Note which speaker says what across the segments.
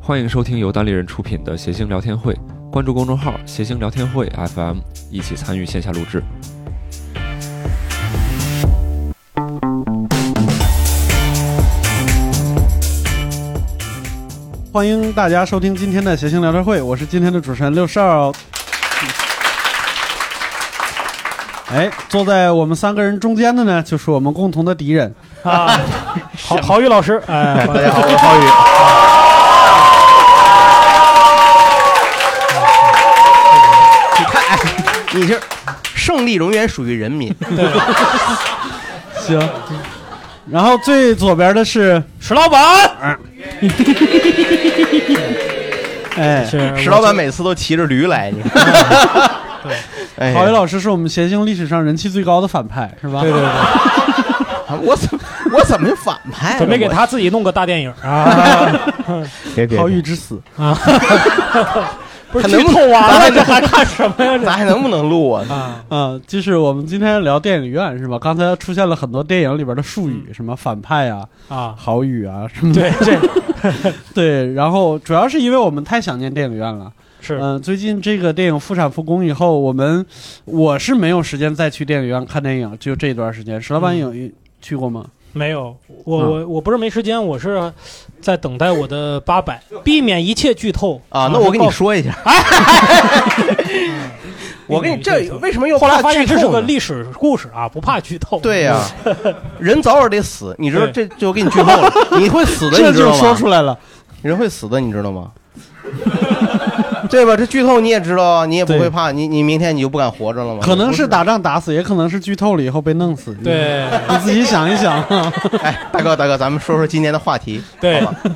Speaker 1: 欢迎收听由单立人出品的《谐星聊天会》，关注公众号“谐星聊天会 FM”，一起参与线下录制。
Speaker 2: 欢迎大家收听今天的谐星聊天会，我是今天的主持人六少。哎，坐在我们三个人中间的呢，就是我们共同的敌人
Speaker 3: 啊，郝郝宇老师，哎，
Speaker 4: 大家好，我是郝宇。你看，哎，你这胜利永远属于人民。
Speaker 2: 行，然后最左边的是
Speaker 3: 石老板，
Speaker 2: 哎，
Speaker 3: 是
Speaker 4: 石老板每次都骑着驴 来，你看。哎，
Speaker 2: 郝宇老师是我们谐星历史上人气最高的反派，是吧？
Speaker 3: 对对 对，
Speaker 4: 我怎么我怎么就反派了？
Speaker 3: 准备给
Speaker 4: 我
Speaker 3: 他自己弄个大电影啊
Speaker 5: 别别
Speaker 2: 郝宇之死，
Speaker 3: 啊！ 不是
Speaker 4: 他能
Speaker 3: 剧透完了，这还看什么呀？
Speaker 4: 咱还能不能录啊？
Speaker 3: 这啊，
Speaker 2: 啊，就是我们今天聊电影院是吧？刚才出现了很多电影里边的术语，什么反派啊、
Speaker 3: 嗯啊，
Speaker 2: 郝宇啊什么的。
Speaker 3: 对，这
Speaker 2: 对，然后主要是因为我们太想念电影院了。
Speaker 3: 是
Speaker 2: 嗯、最近这个电影复产复工以后，我们我是没有时间再去电影院看电影，就这段时间。石老
Speaker 3: 嗯
Speaker 2: 板有、去过吗？
Speaker 3: 没有我
Speaker 4: 嗯
Speaker 3: 我我不是没时间，我是在等待我的八百，避免一切剧透
Speaker 4: 啊，那我跟你，说一下。我跟你这为什么又
Speaker 3: 后
Speaker 4: 怕
Speaker 3: 来发现
Speaker 4: 剧
Speaker 3: 这是
Speaker 4: 透
Speaker 3: 个
Speaker 4: 呢？
Speaker 3: 历史故事啊，不怕剧透。
Speaker 4: 对呀、人早晚得死，你知道这就给你剧透了，你会死的，
Speaker 2: 这
Speaker 4: 你知
Speaker 2: 就
Speaker 4: 道
Speaker 2: 说
Speaker 4: 吗？
Speaker 2: 出来了。
Speaker 4: 你人会死的，你知道吗？对吧？这剧透你也知道啊，你也不
Speaker 2: 对
Speaker 4: 会怕，你你明天你就不敢活着了吗？
Speaker 2: 可能
Speaker 4: 不
Speaker 2: 是打仗打死，也可能是剧透了以后被弄死。你，
Speaker 3: 对
Speaker 2: 你自己想一想。
Speaker 4: 哎，大哥大哥，咱们说说今年的话题，
Speaker 3: 对
Speaker 4: 好吧？
Speaker 2: 嗯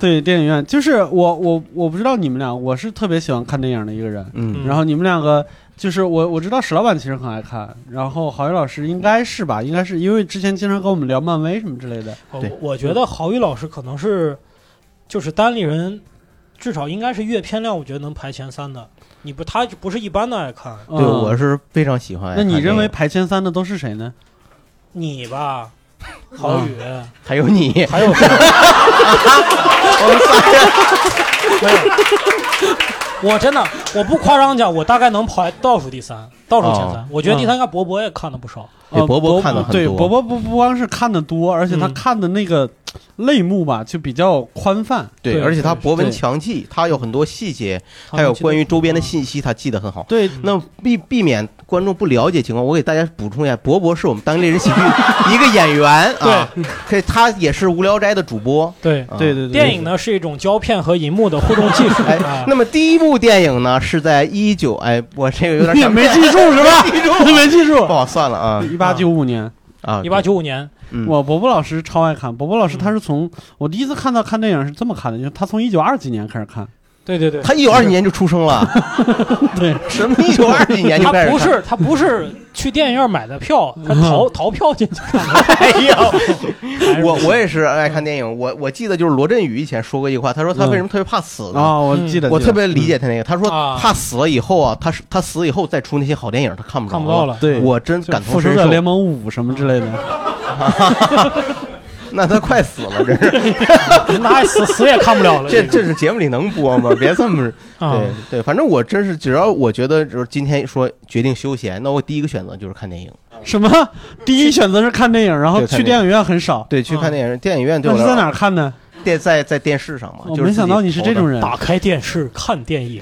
Speaker 2: 对，电影院就是我我我不知道你们俩，我是特别喜欢看电影的一个人。
Speaker 4: 嗯，
Speaker 2: 然后你们两个就是我我知道史老板其实很爱看，然后郝宇老师应该是吧，应该是因为之前经常跟我们聊漫威什么之类的。
Speaker 3: 我
Speaker 4: 对
Speaker 3: 哦我觉得郝宇老师可能是就是单立人，至少应该是阅片量，我觉得能排前三的。你不，他不是一般的爱看
Speaker 2: 对
Speaker 4: 对，我是非常喜欢。
Speaker 2: 那你认为排前三的都是谁呢？
Speaker 3: 你 吧，郝宇，
Speaker 4: 啊还有你？
Speaker 3: 还有谁？
Speaker 4: 我们仨人
Speaker 3: 我真的我不夸张讲，我大概能排倒数第三，倒数前
Speaker 4: 哦
Speaker 3: 三。我觉得
Speaker 4: 嗯
Speaker 3: 第三应该博博也看了不少，
Speaker 4: 对
Speaker 2: 呃
Speaker 4: 伯伯
Speaker 2: 伯
Speaker 4: 看得很
Speaker 2: 对，
Speaker 4: 多
Speaker 2: 伯伯不不光是看的多，而且他
Speaker 3: 嗯
Speaker 2: 看的那个类目吧，就比较宽泛。
Speaker 4: 对，
Speaker 3: 对
Speaker 4: 而且他
Speaker 3: 对
Speaker 4: 博闻
Speaker 2: 对
Speaker 4: 强记，他有很多细节，
Speaker 3: 他
Speaker 4: 还有
Speaker 3: 们记得
Speaker 4: 关于周边的信息，他记得很好。
Speaker 2: 啊对，
Speaker 4: 那避避免观众不了解情况，我给大家补充一下，博博是我们当地人喜剧一个演 员啊，对，他也是无聊斋的主播。
Speaker 3: 对。
Speaker 4: 啊
Speaker 2: 对对对，
Speaker 3: 电影呢是一种胶片和银幕的互 动技术，
Speaker 4: 哎
Speaker 3: 啊，
Speaker 4: 那么第一部电影呢是在一九哎，我这个有点
Speaker 2: 你也
Speaker 4: 想
Speaker 2: 没记住是吧？
Speaker 4: 记住，
Speaker 2: 你没记
Speaker 4: 不
Speaker 2: 住。
Speaker 4: 好算了啊
Speaker 2: 一八九五年，
Speaker 4: 啊，
Speaker 3: 一八九五年，嗯
Speaker 4: 嗯
Speaker 2: 我伯伯老师超爱看。伯伯老师他是从我第一次看到看电影是这么看的，就是他从一九二几年开始看。
Speaker 3: 对对对，
Speaker 4: 他一九二几 年就出生 了，
Speaker 2: 对，
Speaker 4: 什么一九二几年就开
Speaker 3: 他
Speaker 4: 始
Speaker 3: 不
Speaker 4: 看？
Speaker 3: 是他不是去电影院买的票，他 逃逃票进去看的。
Speaker 4: 哎呦，
Speaker 3: 还是
Speaker 4: 我我也是爱看电影，我我记得就是罗振宇以前说过一句话，他说
Speaker 2: 嗯
Speaker 4: 他为什么特别怕死呢？
Speaker 2: 啊，我记得，
Speaker 4: 我
Speaker 2: 记
Speaker 4: 特
Speaker 2: 得
Speaker 4: 别理解他那个，他
Speaker 2: 嗯
Speaker 4: 说
Speaker 3: 啊
Speaker 4: 怕死了以后啊，他是他死了以后再出那些好电影，他看不着
Speaker 3: 看不到了嗯
Speaker 2: 对
Speaker 4: 我真
Speaker 2: 就
Speaker 4: 感同
Speaker 2: 复仇
Speaker 4: 身
Speaker 2: 者
Speaker 4: 受。
Speaker 2: 联盟五什么之类的。
Speaker 4: 那他快死了，这是
Speaker 3: 那死死也看不了了。
Speaker 4: 这这是节目里能播吗？别这么
Speaker 3: 啊，
Speaker 4: 对对，反正我真是只要我觉得就是今天说决定休闲，那我第一个选择就是看电影。
Speaker 2: 什么？第一选择是看电影，然后
Speaker 4: 对看
Speaker 2: 去
Speaker 4: 电
Speaker 2: 电影院很少。
Speaker 4: 对，
Speaker 3: 啊
Speaker 4: 去看电影，电影院对
Speaker 2: 那
Speaker 4: 我
Speaker 2: 是
Speaker 4: 来
Speaker 2: 在
Speaker 4: 说
Speaker 2: 哪儿看呢？
Speaker 4: 电在在电视上嘛。
Speaker 2: 我
Speaker 4: 就是
Speaker 2: 哦没想到
Speaker 4: 自己
Speaker 2: 你是
Speaker 4: 投的
Speaker 2: 这种，人。
Speaker 3: 打开电视看电 影，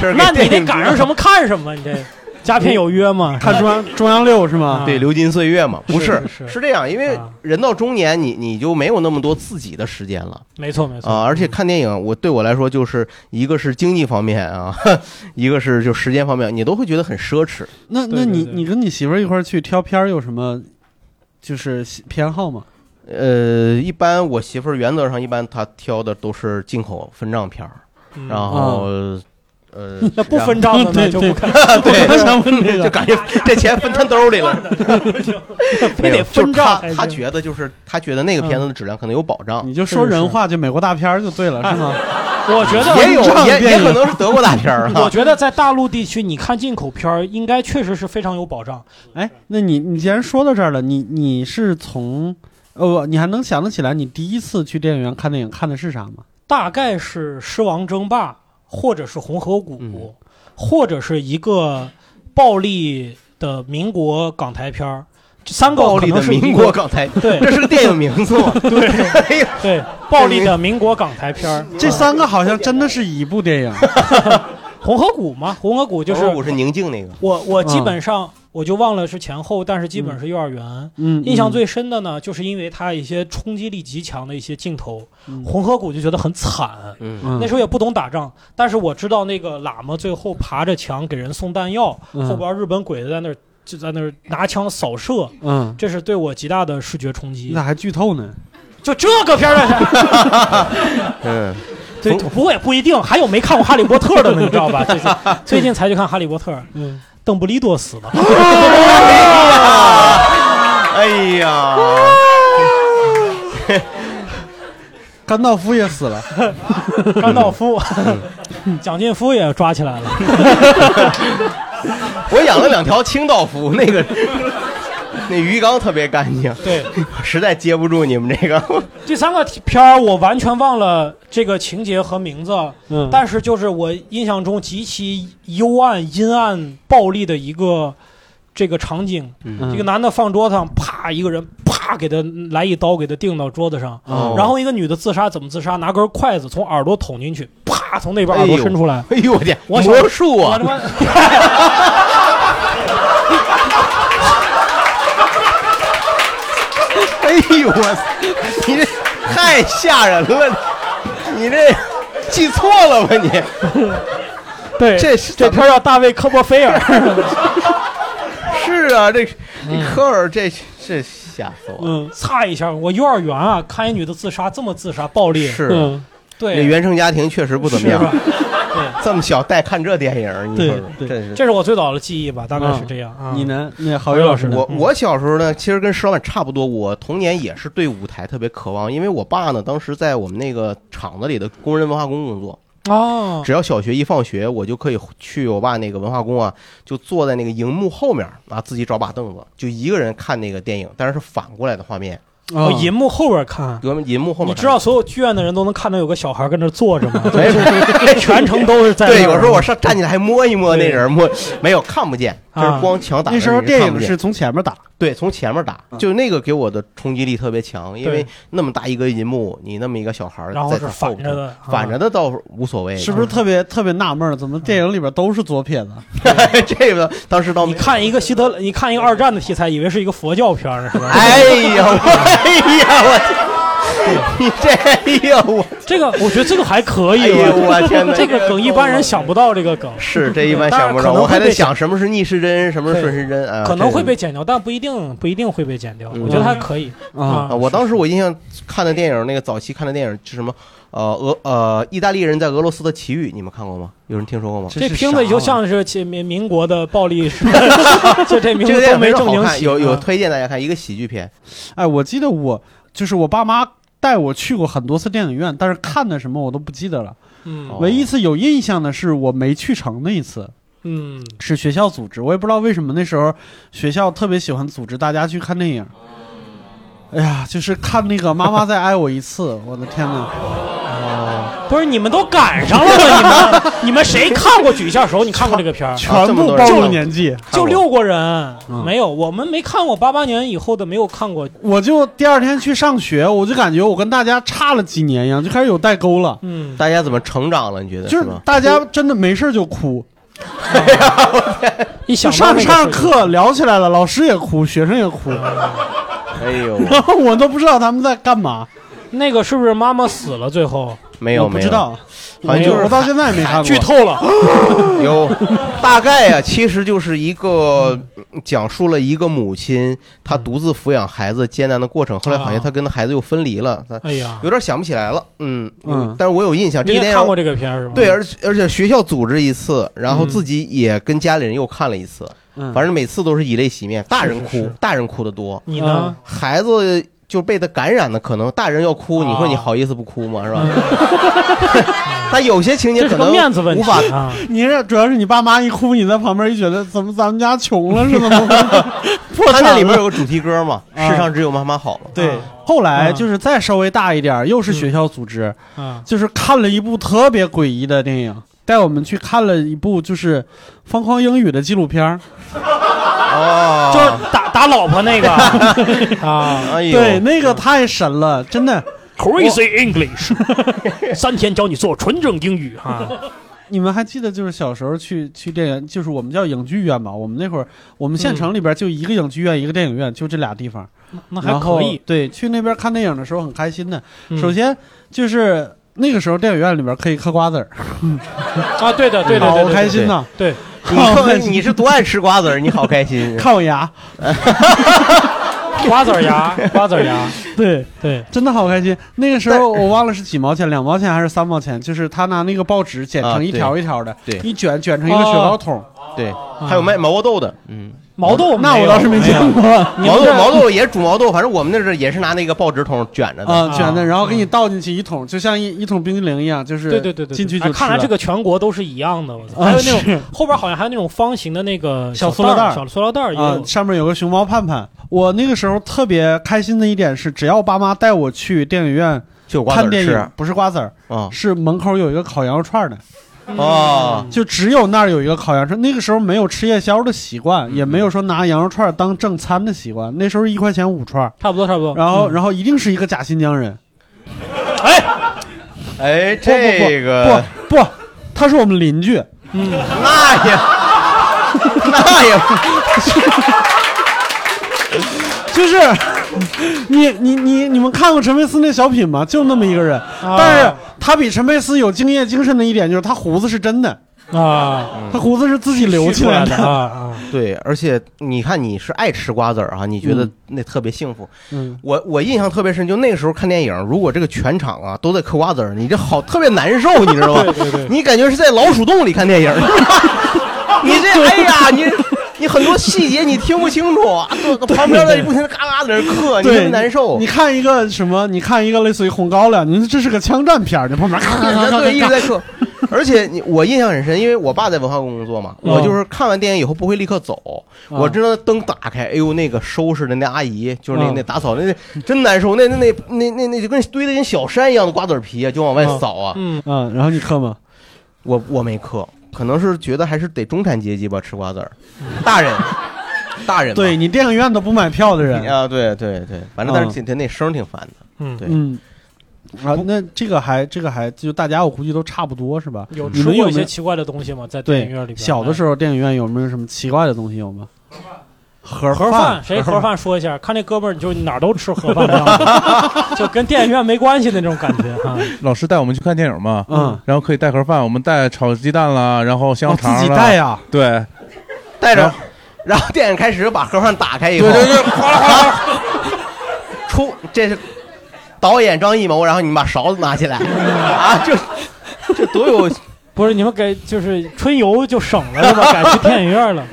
Speaker 4: 这是给
Speaker 3: 那你
Speaker 4: 电
Speaker 3: 得
Speaker 4: 影
Speaker 3: 赶上什 么看什么，你这佳片有约嘛？
Speaker 2: 看啊中央中央六是吗？
Speaker 4: 对，
Speaker 3: 啊
Speaker 4: 流金岁月嘛，不
Speaker 3: 是
Speaker 4: 是
Speaker 3: 是
Speaker 4: 这样，因为
Speaker 3: 啊
Speaker 4: 人到中年，你你就没有那么多自己的时间了
Speaker 3: 没错没错嗯
Speaker 4: 啊。而且看电影，我对我来说就是一个是经济方面啊， 一个是就时间方面，你都会觉得很奢侈。
Speaker 2: 那
Speaker 3: 对
Speaker 2: 那你
Speaker 3: 对对
Speaker 2: 你跟你媳妇儿一块儿去挑片儿有什么就是喜偏好吗？
Speaker 4: 呃，一般我媳妇儿原则上一般她挑的都是进口分账片儿，
Speaker 3: 嗯
Speaker 4: 然后呃
Speaker 3: 那不分账的
Speaker 2: 啊对
Speaker 3: 那就不看，
Speaker 4: 对
Speaker 2: 我想问这
Speaker 4: 就
Speaker 2: 个。
Speaker 4: 感觉这钱分他兜里 了，
Speaker 3: 非得分账哎嗯才行。
Speaker 4: 没有就是她她觉得就是她觉得那个片子的质量可能有保障，
Speaker 2: 你就说人话，就美国大片儿就对了，是吗？
Speaker 3: 哎我觉得
Speaker 4: 也有
Speaker 2: 分账
Speaker 4: 也也
Speaker 2: 电影
Speaker 4: 可能是德国大片儿啊。
Speaker 3: 我觉得在大陆地区，你看进口片儿应该确实是非常有保障。
Speaker 2: 哎，那你你既然说到这儿了，你你是从呃，你还能想得起来你第一次去电影院看电影看的是啥吗？
Speaker 3: 大概是《狮王争霸》，或者是《红河谷》
Speaker 4: 嗯
Speaker 3: 或者是一个暴力的民国港台片儿，这三个
Speaker 4: 暴
Speaker 3: 可
Speaker 4: 力的
Speaker 3: 能是一个
Speaker 4: 民国港台，
Speaker 3: 对
Speaker 4: 这是个电影名 哎字吗？对，
Speaker 3: 对暴力的民国港台片儿，
Speaker 2: 这三个好像真的是一部电影。
Speaker 3: 《 红河谷》嘛，《红河谷》就是
Speaker 4: 我是宁静 那个，
Speaker 3: 我我基本上我就忘了是前后，但是基本是幼儿园。
Speaker 2: 嗯，
Speaker 3: 印象最深的呢，就是因为它一些冲击力极强的一些镜头，
Speaker 2: 嗯
Speaker 3: 红河谷就觉得很惨。
Speaker 4: 嗯，
Speaker 2: 嗯
Speaker 3: 那时候也不懂打仗，但是我知道那个喇嘛最后爬着墙给人送弹药，
Speaker 2: 嗯
Speaker 3: 后边日本鬼子在那儿就在那儿拿枪扫射，
Speaker 2: 嗯，
Speaker 3: 这是对我极大的视觉冲
Speaker 2: 你
Speaker 3: 击
Speaker 2: 咋。还剧透呢？
Speaker 3: 就这个片儿的，
Speaker 4: 嗯，
Speaker 3: 对，不过也不一定，还有没看过《哈利波特》的呢，你知道吧？就是最近才去看《哈利波特》，
Speaker 2: 嗯，
Speaker 3: 邓布利多死了。
Speaker 4: 哎呀，
Speaker 2: 甘道夫也 死了。
Speaker 3: 甘道夫、
Speaker 2: 嗯
Speaker 3: 蒋劲夫也抓起来 了。
Speaker 4: 我养了两条清道夫，那个 那鱼缸特别干净，
Speaker 3: 对，
Speaker 4: 实在接不住你们这个。
Speaker 3: 第三个片儿我完全忘了这个情节和名字，
Speaker 2: 嗯，
Speaker 3: 但是就是我印象中极其幽暗、阴暗、暴力的一个这个场景。
Speaker 2: 嗯
Speaker 3: 这个男的放桌子上，啪一个人啪给他来一刀，给他钉到桌子上。
Speaker 4: 哦
Speaker 3: 然后一个女的自杀怎么自杀？拿根筷子从耳朵捅进去，啪从那边耳朵
Speaker 4: 哎呦
Speaker 3: 伸出来。
Speaker 4: 哎呦我天，
Speaker 3: 我想
Speaker 4: 魔术
Speaker 3: 我
Speaker 4: 啊
Speaker 3: 他！妈！
Speaker 4: 哎呦我操，你这太吓人了，你这记错了吧你？
Speaker 3: 对，
Speaker 4: 这是
Speaker 3: 这片儿叫大卫科波菲尔。 嗯
Speaker 4: 是啊，这科尔这这吓死我了。
Speaker 3: 嗯，擦一下，我幼儿园啊，看一女的自杀这么自杀暴力，
Speaker 4: 是啊，
Speaker 2: 嗯
Speaker 3: 对，
Speaker 4: 那原生家庭确实不怎么
Speaker 3: 是吧
Speaker 4: 样，这么小带看这电影，你说说，
Speaker 2: 对对
Speaker 4: 真是。
Speaker 3: 这是我最早的记忆吧，大
Speaker 4: 嗯
Speaker 3: 概是这样啊。
Speaker 2: 你呢？那郝
Speaker 3: 郝
Speaker 2: 宇
Speaker 3: 宇
Speaker 2: 老
Speaker 3: 老
Speaker 2: 师
Speaker 3: 师嗯
Speaker 2: 呢？
Speaker 4: 我我小时候呢，其实跟石老板差不多，我童年也是对舞台特别渴望，因为我爸呢，当时在我们那个厂子里的工人文化宫工作，
Speaker 3: 哦，
Speaker 4: 只要小学一放学，我就可以去我爸那个文化宫啊，就坐在那个荧幕后面啊，自己找把凳子，就一个人看那个电影，但是是反过来的画面，
Speaker 3: 我
Speaker 2: 哦
Speaker 3: 银幕后边看，
Speaker 4: 我们银幕后面
Speaker 3: 你
Speaker 4: 看
Speaker 3: 知道所有剧院的人都能看到有个小孩跟那坐 着吗？
Speaker 4: 没有？
Speaker 3: 全程都是在那儿。嗯
Speaker 4: 对，有时候我上站起来还摸一 摸那人，摸没有看不见，就是光墙
Speaker 2: 啊
Speaker 4: 打着
Speaker 2: 那
Speaker 4: 你
Speaker 2: 时
Speaker 4: 是
Speaker 2: 候
Speaker 4: 看不见。
Speaker 2: 电影是从前面打，嗯
Speaker 4: 对，从前面打，就那个给我的冲击力特别强，因为
Speaker 3: 对
Speaker 4: 那么大一个银幕，你那么一个小孩儿
Speaker 3: 然后
Speaker 4: 在
Speaker 3: 是
Speaker 4: 他
Speaker 3: 反
Speaker 4: 后边
Speaker 3: 着的，
Speaker 4: 反着
Speaker 3: 啊。
Speaker 4: 的倒无所谓，
Speaker 2: 是不是特别特别纳闷儿？怎么电影里边都是左撇子？
Speaker 4: 这个当时到
Speaker 3: 你看一个希特勒，你看一个二战的题材，以为是一个佛教片儿，是吧？
Speaker 4: 哎呀，我哎呀，我 天你这，哎呀，我
Speaker 3: 这个我觉得这个还可
Speaker 4: 哎
Speaker 3: 以
Speaker 4: 呀，
Speaker 3: 吧，
Speaker 4: 我天哪，
Speaker 3: 这个梗一般人想不到这个梗，
Speaker 4: 是这一般
Speaker 3: 当然
Speaker 4: 想不
Speaker 3: 可
Speaker 4: 着，
Speaker 3: 能
Speaker 4: 我还
Speaker 3: 会
Speaker 4: 得
Speaker 3: 被
Speaker 4: 想什么是逆时针，什么是顺时针啊，
Speaker 3: 可能
Speaker 4: 这
Speaker 3: 会被剪掉，但不一定不一定会被剪掉。我觉得还可以
Speaker 2: 啊
Speaker 4: 啊，我当时我印象看的电影，那个早期看的电影是什么？呃，俄呃，意大利人在俄罗斯的奇遇，你们看过吗？有人听说过吗？
Speaker 3: 这
Speaker 2: 是啊
Speaker 3: 片
Speaker 2: 啥
Speaker 3: 子就
Speaker 2: 玩意儿
Speaker 3: 像是其民民国的暴力史， 就这名
Speaker 4: 这个
Speaker 3: 字
Speaker 4: 电
Speaker 3: 都
Speaker 4: 影非
Speaker 3: 没
Speaker 4: 常
Speaker 3: 正
Speaker 4: 好
Speaker 3: 经
Speaker 4: 看，
Speaker 3: 起
Speaker 4: 有有
Speaker 3: 啊
Speaker 4: 推荐大家看，一个喜剧片。
Speaker 2: 哎，我记得我就是我爸妈带我去过很多次电影院，但是看的什么我都不记得了。
Speaker 3: 嗯
Speaker 4: 哦
Speaker 2: 唯一一次有印象的是我没去成那一次，
Speaker 3: 嗯，
Speaker 2: 是学校组织，我也不知道为什么那时候学校特别喜欢组织大家去看电影。哎呀，就是看那个《妈妈再爱我一次》，我的天哪！
Speaker 4: 哦
Speaker 3: 不是你们都赶上了吗？你们你们谁看过《举一下手》？你看过这个片儿？
Speaker 2: 全
Speaker 4: 啊这么
Speaker 2: 部
Speaker 4: 多
Speaker 2: 暴
Speaker 4: 人
Speaker 2: 露
Speaker 4: 看
Speaker 2: 年纪，
Speaker 3: 就六个人
Speaker 2: 嗯，
Speaker 3: 没有，我们没看过，八八年以后的没有看过。
Speaker 2: 我就第二天去上学，我就感觉我跟大家差了几年一样，就开始有代沟了。
Speaker 3: 嗯，
Speaker 4: 大家怎么成长了？你觉得
Speaker 2: 就是
Speaker 4: 是吗？
Speaker 2: 大家真的没事 就哭，
Speaker 3: 一
Speaker 2: 就
Speaker 3: 想到
Speaker 2: 上
Speaker 3: 那
Speaker 2: 着
Speaker 3: 个
Speaker 2: 上着
Speaker 3: 事情
Speaker 2: 课聊起来了，老师也哭，学生也哭，
Speaker 4: 哎呦，
Speaker 2: 然后我都不知道他们在干嘛，
Speaker 3: 那个是不是妈妈死了？最后
Speaker 4: 没有
Speaker 2: 我不
Speaker 4: 没
Speaker 2: 知
Speaker 4: 有，
Speaker 2: 道，
Speaker 4: 好像就
Speaker 2: 我
Speaker 4: 是
Speaker 2: 到现在也没看过。
Speaker 3: 剧透了，
Speaker 4: 有，大概啊，其实就是一个嗯讲述了一个母亲她
Speaker 3: 嗯
Speaker 4: 独自抚养孩子艰难的过程。后来好像她跟孩子又分离了，她
Speaker 3: 啊哎呀，
Speaker 4: 有点想不起来了。嗯
Speaker 2: 嗯
Speaker 4: 但是我有印象，
Speaker 3: 你
Speaker 4: 这个
Speaker 3: 也
Speaker 4: 电
Speaker 3: 看
Speaker 4: 影
Speaker 3: 过这个片儿是吧？
Speaker 4: 对，而且而且学校组织一次，然后
Speaker 3: 嗯
Speaker 4: 自己也跟家里人又看了一次，
Speaker 2: 嗯，
Speaker 4: 反正每次都是以泪洗面。大人
Speaker 3: 是
Speaker 4: 哭，
Speaker 3: 是是
Speaker 4: 大人哭的多，嗯
Speaker 3: 你呢？
Speaker 4: 孩子就被他感染的，可能大人要哭，
Speaker 3: 啊
Speaker 4: 你说你好意思不哭吗？是吧？
Speaker 3: 嗯
Speaker 4: 但有些情节
Speaker 3: 这
Speaker 4: 可
Speaker 3: 是个
Speaker 4: 能
Speaker 3: 面子问
Speaker 4: 无
Speaker 3: 题
Speaker 4: 法
Speaker 3: 啊！
Speaker 2: 你这主要是你爸妈一 哭，你在旁边一觉得怎么咱们家穷了是怎么回事？破
Speaker 4: 他
Speaker 2: 产
Speaker 4: 那里边
Speaker 2: 了
Speaker 4: 有个主题歌嘛，
Speaker 2: 啊
Speaker 4: 是
Speaker 2: 啊
Speaker 4: 世上只有妈妈好了。
Speaker 2: 对
Speaker 3: 啊，
Speaker 2: 后来就是再稍微大一点儿，又
Speaker 3: 嗯
Speaker 2: 是学校组织，
Speaker 3: 啊
Speaker 2: 就是看了一部特别诡异的电影，带我们去看了一部就是方框英语的纪录片儿，
Speaker 3: 就
Speaker 4: 哦，
Speaker 3: 是打打老啊婆那 个啊
Speaker 4: 哎呦，
Speaker 2: 对，那个太神了，真的。
Speaker 3: ，Crazy English，三天教你做纯正英语哈。
Speaker 2: 你们还记得就是小时候去去电影，就是我们叫影剧院吧？我们那会儿我们县城里边就一个影剧院，一个电影院，就这俩地方。
Speaker 3: 嗯那
Speaker 2: 然后。对，去那边看电影的时候很开心的。首
Speaker 3: 首先
Speaker 2: 先就是那个时候电影院里边可以嗑瓜子儿，嗯
Speaker 3: 啊， 对 的，对的，对
Speaker 2: 好
Speaker 3: 的
Speaker 2: 开心呐！
Speaker 3: 对，
Speaker 4: 你看你是多爱吃瓜子儿，你好开心。
Speaker 2: 看我牙，
Speaker 3: 瓜子儿牙，瓜子儿牙，
Speaker 2: 对，
Speaker 3: 对，
Speaker 2: 真的好开心。那个时候我忘了是几毛钱，两毛钱还是三毛钱？就是他拿那个报纸剪
Speaker 4: 啊
Speaker 2: 成一
Speaker 4: 对
Speaker 2: 条一条的，
Speaker 4: 对
Speaker 2: 你卷卷成一个雪糕筒。
Speaker 3: 哦
Speaker 4: 对，还有卖毛豆的，哦嗯，
Speaker 3: 毛豆，
Speaker 2: 那我倒是没啊见
Speaker 3: 有。
Speaker 2: 过
Speaker 3: 你们
Speaker 4: 毛豆
Speaker 3: 这
Speaker 4: 毛豆也是煮毛豆，反正我们那是也是拿那个报纸筒卷着的。
Speaker 2: 啊，卷的，
Speaker 3: 啊
Speaker 2: 然后给你倒进去一桶，就像一一桶冰激凌一样，就是
Speaker 3: 对对对对，
Speaker 2: 进去
Speaker 3: 哎
Speaker 2: 就
Speaker 3: 看来这
Speaker 2: 个
Speaker 3: 个全国都是一样的，我操！
Speaker 2: 啊
Speaker 3: 还有那
Speaker 2: 是
Speaker 3: 种 后边好像还有那种方形的那个
Speaker 2: 小
Speaker 3: 塑
Speaker 2: 塑料袋儿
Speaker 3: 小塑料袋儿也
Speaker 2: 啊
Speaker 3: 有，
Speaker 2: 上面有个熊猫盼盼。我那个时候特别开心的一点是，只要爸妈带我去电影院
Speaker 4: 就有瓜子
Speaker 2: 看
Speaker 4: 儿
Speaker 2: 电
Speaker 4: 吃
Speaker 2: 影
Speaker 4: 啊，
Speaker 2: 不是瓜子儿，是门口有一个烤羊肉串儿的，
Speaker 4: 哦，
Speaker 2: 就只有那儿有一个烤羊肉串。那个时候没有吃夜宵的习惯，也没有说拿羊肉串儿当正餐的习惯。那时候一块钱五串儿，
Speaker 3: 差不多差不多。
Speaker 2: 然后
Speaker 3: 嗯
Speaker 2: 然后一定是一个假新疆人，
Speaker 4: 哎，
Speaker 2: 不不
Speaker 4: 这个
Speaker 2: 不不，他是我们邻居。
Speaker 4: 那也那也
Speaker 2: 就是你你你你们看过陈佩斯那小品吗？就那么一个人，
Speaker 3: 啊
Speaker 2: 但是他比陈佩斯有敬业精神的一点就是他胡子是真的，
Speaker 4: 嗯
Speaker 3: 啊，
Speaker 2: 他胡子是自己留
Speaker 3: 流
Speaker 2: 起
Speaker 3: 出来
Speaker 2: 的。
Speaker 3: 的啊啊，
Speaker 4: 对，而且你看你是爱吃瓜子儿啊，你觉得那特别幸福。
Speaker 2: 嗯，
Speaker 4: 我我印象特别深，就那个时候看电影，如果这个全场啊都在嗑瓜子儿，你这好特别难受，你知道
Speaker 3: 对
Speaker 4: 吗？
Speaker 3: 对对，
Speaker 4: 你感觉是在老鼠洞里看电影，你这哎呀，你你很多细节你听不清楚，啊，旁边的不停的嘎嘎在那嗑，你特别
Speaker 2: 对，
Speaker 4: 难受
Speaker 2: 你。看一个什么？你看一个类似于《红高粱》，你说这是个枪战片儿，你旁边咔咔咔咔
Speaker 4: 对，一直
Speaker 2: 咔
Speaker 4: 在嗑。而且你我印象很深，因为我爸在文化宫工作嘛，
Speaker 2: 嗯
Speaker 4: 我就是看完电影以后不会立刻走，
Speaker 2: 嗯
Speaker 4: 我知道灯打开，哎呦，那个收拾的那阿姨，就是那
Speaker 2: 嗯
Speaker 4: 那打扫的那真难受，那那那那那那就跟堆的跟小山一样的瓜子皮啊，就往外扫啊。
Speaker 3: 嗯，
Speaker 2: 嗯，然后你嗑吗？
Speaker 4: 我我没嗑，可能是觉得还是得中产阶级吧，吃瓜子儿，大人，大人嘛
Speaker 2: 对你电影院都不买票的人，
Speaker 4: 啊，对对对，反正但是
Speaker 2: 嗯
Speaker 4: 挺挺那声儿挺烦的，
Speaker 3: 嗯
Speaker 4: 对
Speaker 2: 嗯，啊，那这个还这个还就大家我估计都差不多是吧？
Speaker 3: 有
Speaker 2: 你
Speaker 3: 吃
Speaker 2: 们有
Speaker 3: 过
Speaker 2: 没
Speaker 3: 一
Speaker 2: 有
Speaker 3: 些奇怪的东西吗？在电影
Speaker 2: 对
Speaker 3: 院里边，，哎
Speaker 2: 小的时候电影院有没有什么奇怪的东西？有吗？盒
Speaker 3: 哎盒
Speaker 2: 饭，
Speaker 3: 饭，谁盒饭说一下？看这哥们儿，就哪儿都吃盒饭的样 子，就跟电影院没关系的那种感觉啊哈。
Speaker 5: 老师带我们去看电影嘛，
Speaker 2: 嗯，
Speaker 5: 然后可以带盒饭，我们带炒鸡蛋啦，然后香
Speaker 2: 哦
Speaker 5: 肠啦，
Speaker 2: 自己带呀、
Speaker 5: 对
Speaker 4: 带着
Speaker 5: 啊，
Speaker 4: 然后电影开始把盒饭打开以后，
Speaker 5: 对对对，
Speaker 4: 出这是导演张艺谋，然后你把勺子 拿起来啊，这这多有
Speaker 3: 不是你们给就是春游就省了是吧？改去电影院了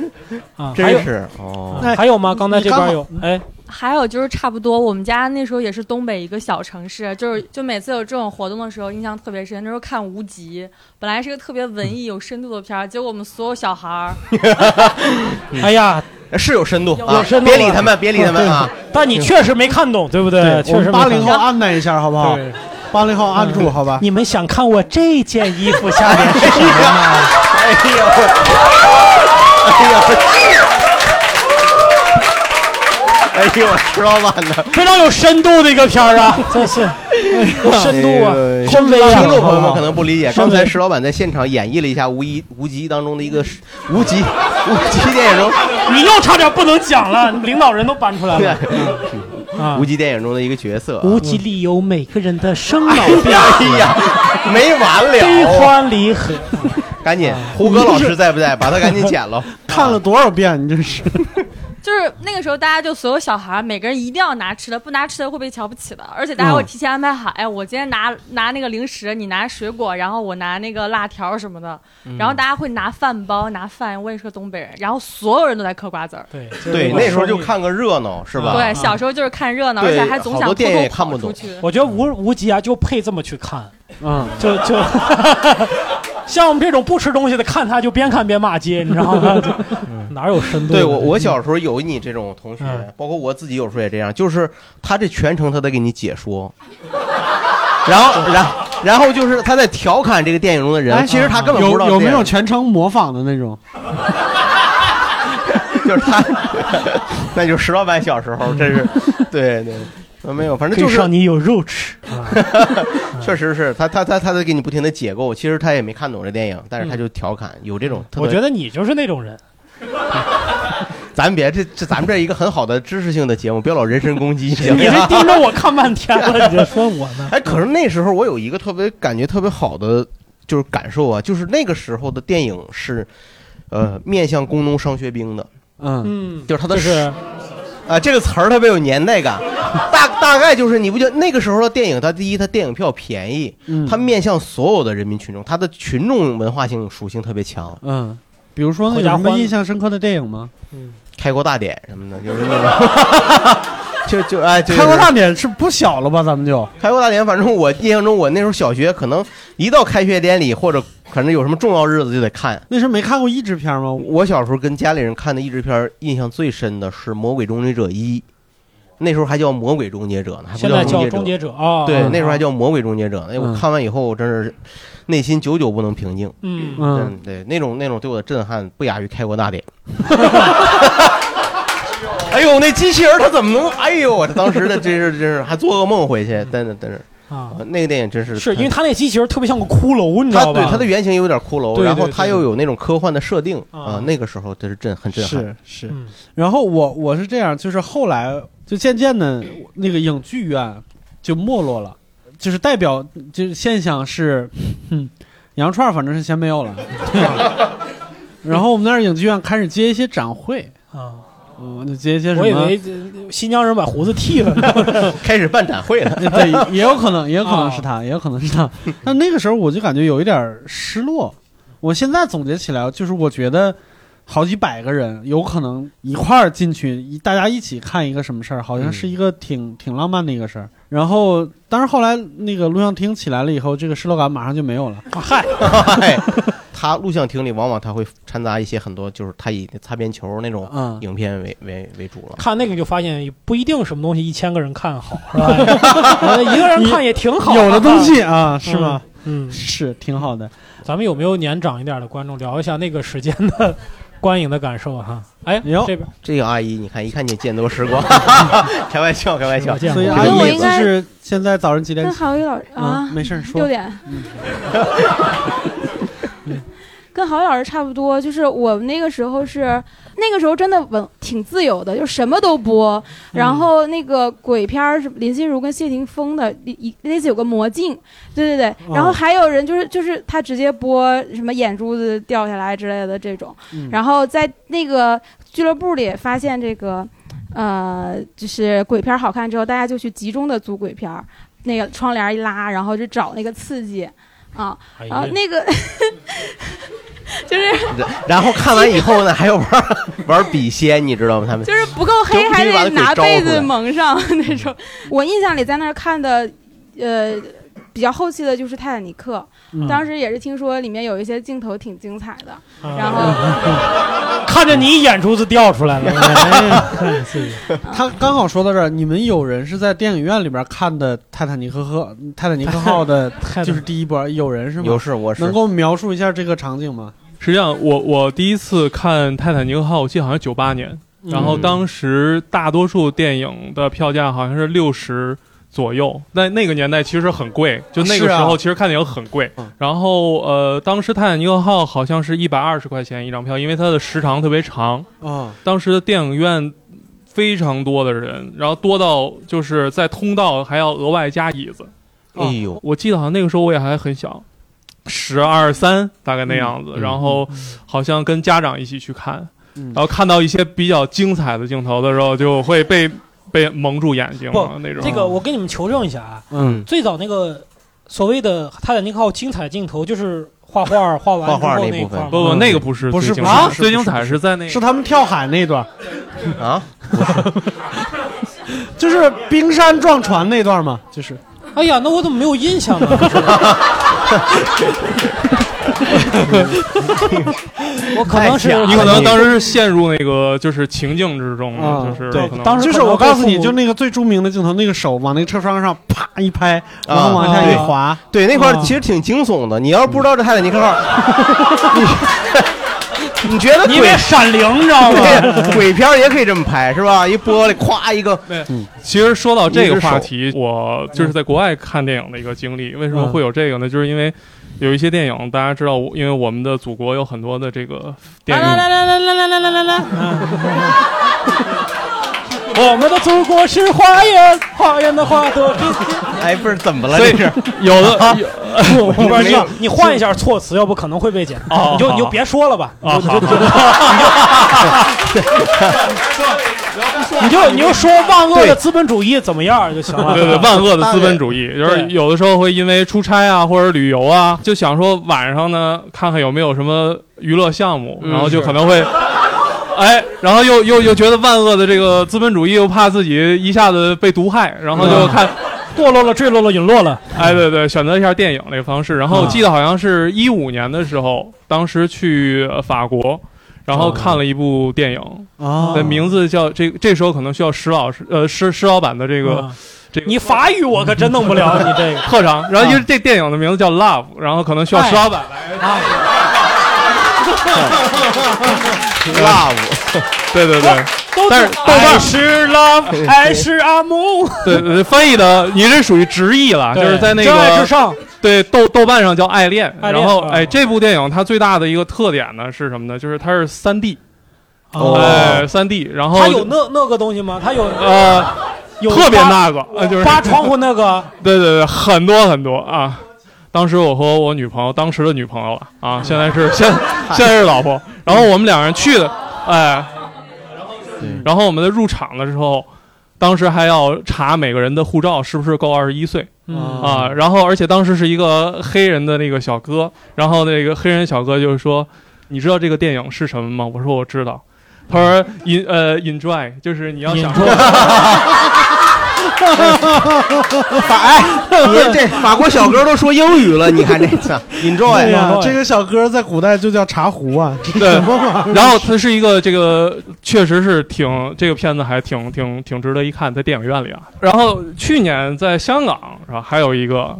Speaker 3: 啊？还有
Speaker 4: 真是哦。
Speaker 3: 还有吗？刚才这边有哎
Speaker 6: 还有就是差不多，我们家那时候也是东北一个小城市，就是就每次有这种活动的时候，印象特别深。那时候看《无极》，本来是个特别文艺、有深度的片儿，结果我们所有小孩儿，
Speaker 3: 哎呀，
Speaker 4: 是有深度
Speaker 6: 有
Speaker 4: 啊！
Speaker 3: 深度
Speaker 4: 别
Speaker 3: 啊
Speaker 4: 理他们，别理他们啊！
Speaker 3: 但你确实没看懂，对不确
Speaker 2: 我
Speaker 3: 实
Speaker 2: 们
Speaker 3: 没
Speaker 2: 八
Speaker 3: 看懂
Speaker 2: 零后按耐一下好不好？
Speaker 3: 对
Speaker 2: 八零后按住好吧？
Speaker 3: 嗯你们想看我这件衣服下面是什 么吗？
Speaker 4: 哎呦，哎呦，哎呦，石老板呢？
Speaker 3: 非常有深度的一个片儿啊，真是有深度啊
Speaker 4: 哎呦哎，呦
Speaker 3: 深
Speaker 4: 听
Speaker 3: 啊！
Speaker 4: 众朋友们可能不理解，
Speaker 3: 深
Speaker 4: 刚
Speaker 3: 威
Speaker 4: 才石老板在现场演绎了一下《无一无极》当中的一个是无极无极电影中
Speaker 3: 你 又差点不能讲了，领导人都搬出来
Speaker 4: 对
Speaker 3: 了啊
Speaker 4: 无！极电影中的一个角色啊。
Speaker 3: 无极里有每个人的生老病
Speaker 4: 哎呀， 没完
Speaker 3: 悲
Speaker 4: 了！
Speaker 3: 欢 离合。
Speaker 4: 赶紧，
Speaker 3: 啊
Speaker 4: 胡歌老师在不在？把他赶紧 剪了。
Speaker 2: 看了多少遍？你这是
Speaker 6: 就是那个时候大家就所有小孩儿，每个人一定要拿吃的，不拿吃的会被瞧不起的。而且大家会提前安排
Speaker 3: 嗯
Speaker 6: 好，哎，我今天拿拿那个零食，你拿水果，然后我拿那个辣条什么的。
Speaker 3: 嗯
Speaker 6: 然后大家会拿饭包、拿饭。我也是个东北人，然后所有人都在嗑瓜子儿。
Speaker 3: 对
Speaker 4: 对，那时候就。看个热闹，是吧？
Speaker 6: 对，小时候就是看热闹，而
Speaker 4: 对
Speaker 6: 且还总
Speaker 4: 好
Speaker 6: 想
Speaker 4: 多
Speaker 6: 偷
Speaker 4: 电影也
Speaker 6: 偷
Speaker 4: 看
Speaker 6: 跑
Speaker 4: 不
Speaker 6: 出
Speaker 4: 懂
Speaker 6: 去。
Speaker 3: 我觉得无无极啊，就配这么去看，
Speaker 2: 嗯，
Speaker 3: 就就像我们这种不吃东西的，看他就边看边骂街，你知道 吗？啊哪有深度的？
Speaker 4: 对我，我小时候有你这种同学
Speaker 3: 嗯，
Speaker 4: 包括我自己有时候也这样，就是他这全程他在给你解说， 然后，然后然后就是他在调侃这个电影中的
Speaker 3: 哎
Speaker 4: 人，啊其实他根本不知道
Speaker 2: 哎有有没有
Speaker 4: 这
Speaker 2: 全程模仿的那种？
Speaker 4: 样就是他， 那就是石老板小时候， 真是，对对，没有，反正
Speaker 3: 可以
Speaker 4: 就是
Speaker 3: 让你有肉吃。
Speaker 4: 确实是他他他他在给你不停的解构，其实他也没看懂这电影，但是他就调侃，有这种，
Speaker 3: 嗯我觉
Speaker 4: 得
Speaker 3: 得你就是那 种人，
Speaker 4: 咱别这这咱们这一个很好的知识性的节目，不要老人身 攻击，行
Speaker 3: 你这
Speaker 4: 吗？
Speaker 3: 盯着我看半天了，你这 说我呢？
Speaker 4: 哎，可是那时候我有一个特别感觉特别好的就是感受啊，就是那个时候的电影是，呃，面向工农商学兵的，
Speaker 2: 嗯，
Speaker 3: 嗯，
Speaker 4: 就是他的
Speaker 3: 就是
Speaker 4: 啊、这个词儿特别有年代感，大大概就是你不觉得那个时候的电影，它第一它电影票便宜，
Speaker 2: 嗯
Speaker 4: 它面向所有的人民群众，它的群众文化性属性特别强，
Speaker 2: 嗯，比如说那
Speaker 3: 合
Speaker 2: 有
Speaker 3: 家
Speaker 2: 什么
Speaker 3: 欢嗯
Speaker 2: 印象深刻的电影吗？
Speaker 4: 开国大典什么的，就是那种。 就就哎，对
Speaker 2: 开国大典是不小了吧？咱们就
Speaker 4: 开国大典，反正我印象中，我那时候小学可能一到开学典礼或者反正有什么重要日子就得看，
Speaker 2: 那时候没看过译制片吗？
Speaker 4: 我小时候跟家里人看的译制片儿，印象最深的是《魔鬼终结者一》，那时候还叫《魔鬼终结者》呢，还不
Speaker 3: 现在
Speaker 4: 终
Speaker 3: 叫
Speaker 4: 结者》
Speaker 3: 终结者啊。
Speaker 4: 对，
Speaker 3: 嗯
Speaker 4: 那时候还叫《魔鬼终结者》呢。哎，我
Speaker 2: 嗯
Speaker 4: 看完以后，真是内心久久不能平静。
Speaker 3: 嗯，
Speaker 2: 嗯，
Speaker 4: 嗯，对，那种那种对我的震撼不亚于开国大典。哎呦，那机器人他怎么能？哎呦，我这当时的真是真是还做噩梦回去，真的真是
Speaker 3: 嗯
Speaker 4: 呃
Speaker 3: 啊，
Speaker 4: 那个电影真是
Speaker 3: 是因为他那机器人特别像个骷髅，你知
Speaker 4: 它
Speaker 3: 道吧？
Speaker 4: 对它的原型有点骷髅，
Speaker 3: 对对
Speaker 4: 然后
Speaker 3: 对
Speaker 4: 它又有那种科幻的设定
Speaker 3: 啊
Speaker 4: 啊，那个时候真是震很震撼。
Speaker 2: 是是。
Speaker 3: 嗯
Speaker 2: 然后我我是这样，就是后来就渐渐的，那个影剧院就没落了，就是代表就是现象是， 嗯，羊肉串儿反正是先没有了。 对啊然后我们那儿影剧院开始接一些展会，
Speaker 3: 啊，
Speaker 2: 嗯，就接一些什
Speaker 3: 我以
Speaker 2: 么，
Speaker 3: 为呃新疆人把胡子剃了呢。
Speaker 4: 开始办 展会 了。
Speaker 2: 对，也有可能，也有可能
Speaker 3: 啊
Speaker 2: 是他，也有可能是他。但那个时候我就感觉有一点儿失落。我现在总结起来，就是我觉得好几百个人有可能一块儿进去，一大家一起看一个什么事儿，好像是
Speaker 3: 嗯
Speaker 2: 一个挺、挺浪漫的一个事儿。然后，但是后来那个录像厅起来了以后，这个失落感马上就没有了。
Speaker 3: 啊 嗨，
Speaker 4: 哎，他录像厅里往往他会掺杂一些很多，就是他以擦边球那种
Speaker 2: 嗯，
Speaker 4: 影片为为为主了。
Speaker 3: 看那个就发现不一定什么东西一千个人看好， 是吧？一个人看也挺好。
Speaker 2: 有的东，西啊，是吗？
Speaker 3: 嗯，
Speaker 2: 是挺好的。
Speaker 3: 咱们有没有年长一点的观众聊一下那个时间的观影的感受哈？哎，
Speaker 2: 哎呦
Speaker 3: 这边
Speaker 4: 这个阿姨，你看一看你见多 识广，开玩笑，开玩笑
Speaker 3: 我。见过
Speaker 2: 所以
Speaker 6: 觉
Speaker 2: 阿
Speaker 6: 哎得我
Speaker 2: 姨
Speaker 6: 应
Speaker 2: 就
Speaker 6: 该
Speaker 2: 是现在早上几点
Speaker 7: 跟
Speaker 2: 起？
Speaker 7: 郝宇老师啊
Speaker 2: 嗯，，没事儿说嗯
Speaker 7: 六。点。 跟郝宇老师差不多，就是我们那个时候是那个时候真的文挺自由的，就什么都
Speaker 2: 嗯
Speaker 7: 播。然后那个鬼片儿是林心如跟谢霆锋的，一那次有个魔镜，对对
Speaker 2: 哦
Speaker 7: 对。然后还有人就是就是他直接播什么眼珠子掉下来之类的这种。
Speaker 2: 嗯
Speaker 7: 然后在那个俱乐部里发现这个，呃，就是鬼片儿好看之后，大家就去集中的租鬼片儿，那个窗帘一拉，然后就找那个刺激啊，
Speaker 3: 哎
Speaker 7: 然后
Speaker 3: 呀，
Speaker 7: 那个 就是
Speaker 4: 然后看完以后呢，还要玩 玩笔仙，你知道吗？他们
Speaker 7: 就是不够黑
Speaker 4: 就必须
Speaker 7: 还
Speaker 4: 把
Speaker 7: 得
Speaker 4: 它给
Speaker 7: 拿
Speaker 4: 招
Speaker 7: 被
Speaker 4: 出
Speaker 7: 子
Speaker 4: 来
Speaker 7: 蒙上那种。
Speaker 3: 嗯
Speaker 7: 我印象里在那儿看的，呃。比较后期的就是《泰坦尼克》，
Speaker 3: 嗯
Speaker 7: 当时也是听说里面有一些镜头挺精彩的，然后
Speaker 3: 看着你眼珠子掉出 来了，
Speaker 2: 哎呀
Speaker 3: 看自己
Speaker 2: 他刚好说到这儿，你们有人是在电影院里边看的《泰坦尼 克号》《泰坦尼克号》的，
Speaker 3: 太
Speaker 2: 就是第一波，有人是吗？
Speaker 4: 有事我
Speaker 2: 能
Speaker 4: 是
Speaker 2: 够描述一下这个场景吗？
Speaker 8: 实际上，我我第一次看《泰坦尼克号》，我记得好像九八年，
Speaker 2: 嗯
Speaker 8: 然后当时大多数电影的票价好像是六十左右，但那个年代其实很贵，就那个
Speaker 2: 是
Speaker 8: 时
Speaker 2: 啊
Speaker 8: 候其实看电影很贵
Speaker 2: 嗯。
Speaker 8: 然后呃，当时《泰坦尼克号》好像是一百二十块钱一张票，因为它的时长特别长。
Speaker 2: 啊，
Speaker 8: 当时的电影院非常多的人，然后多到就是在通道还要额外加椅子。
Speaker 2: 啊
Speaker 4: 哎呦，
Speaker 8: 我记得好像那个时候我也还很小，十二三大概那样子，
Speaker 4: 嗯嗯
Speaker 8: 然后好像跟家长一起去看，
Speaker 2: 嗯
Speaker 8: 然后看到一些比较精彩的镜头的时候，就会被被蒙住眼睛了那种。
Speaker 3: 这个我给你们求证一下啊，
Speaker 4: 嗯，
Speaker 3: 最早那个所谓的《泰坦尼克号》精彩镜头就是画画画完
Speaker 4: 画画
Speaker 3: 之后
Speaker 4: 那
Speaker 3: 一
Speaker 4: 部分
Speaker 3: 块儿吗
Speaker 8: 不不，那个不是
Speaker 2: 不是
Speaker 8: 最精
Speaker 2: 不是
Speaker 8: 彩
Speaker 2: 不，是
Speaker 8: 最精彩是在那
Speaker 2: 是他们跳海那段，
Speaker 4: 啊，
Speaker 2: 就是冰山撞船那段吗？ 就是
Speaker 3: 哎呀，那我怎么没有印象呢？我可能是
Speaker 4: 太假了
Speaker 8: 你可能当时是陷入那个就是情境之中
Speaker 2: 啊
Speaker 8: 了，就是
Speaker 3: 对
Speaker 8: 可能
Speaker 3: 当时
Speaker 2: 就
Speaker 3: 嗯可
Speaker 2: 是
Speaker 3: 能
Speaker 2: 我告
Speaker 3: 被
Speaker 2: 诉
Speaker 3: 父
Speaker 2: 你，
Speaker 3: 母
Speaker 2: 就那个最著名的镜头，那个手往那个车窗上啪一拍，
Speaker 8: 啊
Speaker 2: 然后往下一滑，
Speaker 4: 啊
Speaker 2: 哦
Speaker 4: 对，那块儿
Speaker 3: 啊
Speaker 4: 其实挺惊悚的。你要是不知道这泰坦尼克 号，你你觉得
Speaker 3: 你以为
Speaker 4: 鬼
Speaker 3: 闪灵，你知道吗？
Speaker 4: 对鬼片儿也可以这么拍是吧？一玻璃咵一个，嗯
Speaker 8: 其实说到这个话题，我就是在国外看电影的一个经历。为什么会有这个呢？就是因为有一些电影，大家知道我，因为我们的祖国有很多的这个电
Speaker 3: 来来
Speaker 8: 影，
Speaker 3: 来来来来来来来来来， 我们的祖国是花园，花园的花朵。
Speaker 4: 哎，不是怎么了
Speaker 8: 所
Speaker 4: 这
Speaker 8: 以
Speaker 4: 是？啊
Speaker 8: 有的有
Speaker 3: 不是你你换一下措辞，要不可能会被剪。
Speaker 8: 哦
Speaker 3: 你就
Speaker 8: 好
Speaker 3: 你就别说了吧，
Speaker 8: 啊，好，
Speaker 3: 你就你就说万恶
Speaker 4: 对
Speaker 3: 的资本主义怎么样就行了。
Speaker 8: 对对，万恶的资本主义，就是
Speaker 3: 对
Speaker 8: 有的时候会因为出差啊或者旅游啊，就想说晚上呢看看有没有什么娱乐项目，
Speaker 4: 嗯
Speaker 8: 然后就可 能会，哎，然后又又又觉得万恶的这个资本主义又怕自己一下子被毒害，然后就看，
Speaker 3: 嗯 堕落了，坠落了，陨落了。
Speaker 8: 哎，对对，选择一下电影这个方式。然后我
Speaker 3: 啊
Speaker 8: 记得好像是一五年的时候，当时去呃法国。然
Speaker 3: 嗯
Speaker 8: 后看了一部电影，
Speaker 3: 哦
Speaker 2: 啊
Speaker 8: 的名字叫这这时候可能需要石老师呃施施老板的这
Speaker 3: 这
Speaker 8: 个、这个
Speaker 3: 你法语我可真弄不了，你这个啊
Speaker 8: 特长。然后因为这电影的名字叫《Love》，然后可能需要石老板
Speaker 3: 哎
Speaker 8: 来。
Speaker 3: 哎
Speaker 4: love，
Speaker 8: 对 对对
Speaker 3: 都
Speaker 8: 但是豆瓣
Speaker 3: 爱是 love，爱 是阿木，
Speaker 8: 对对对，翻译的你这属于直译了，就是在那
Speaker 3: 真爱至
Speaker 8: 个
Speaker 3: 上，
Speaker 8: 对豆豆瓣上叫《爱恋》。
Speaker 3: 爱恋
Speaker 8: 然后
Speaker 3: 啊
Speaker 8: 哎，这部电影它最大的一个特点呢是什么呢？就是它是三 D，
Speaker 4: 哦
Speaker 8: 哎，三 D，然后
Speaker 3: 他有那那个东西吗？他有
Speaker 8: 呃
Speaker 3: 有
Speaker 8: 特别
Speaker 3: 扒
Speaker 8: 那个，呃就是
Speaker 3: 扒窗户那个，
Speaker 8: 对对对，很多很多啊。当时我和我女朋友，当时的女朋友了啊，现在是 现现在是老婆。然后我们两人去的，哎，然后我们在入场的时候，当时还要查每个人的护照是不是够二十一岁
Speaker 3: 嗯
Speaker 8: 啊。然后而且当时是一个黑人的那个小哥，然后那个黑人小哥就是说：“你知道这个电影是什么吗？”我说：“我知道。”他说：“in 呃 enjoy，就是你要享 受。”
Speaker 4: 法哎，你这法国小哥都说英语了，你看这操
Speaker 2: 对
Speaker 4: ，enjoy，
Speaker 2: 呀、
Speaker 3: 对
Speaker 2: 这个小哥在古代就叫茶壶啊，这是什么玩意儿？
Speaker 8: 然后它是一个这个，确实是挺这个片子还挺挺挺值得一看，在电影院里啊。然后去年在香港是吧，还有一个，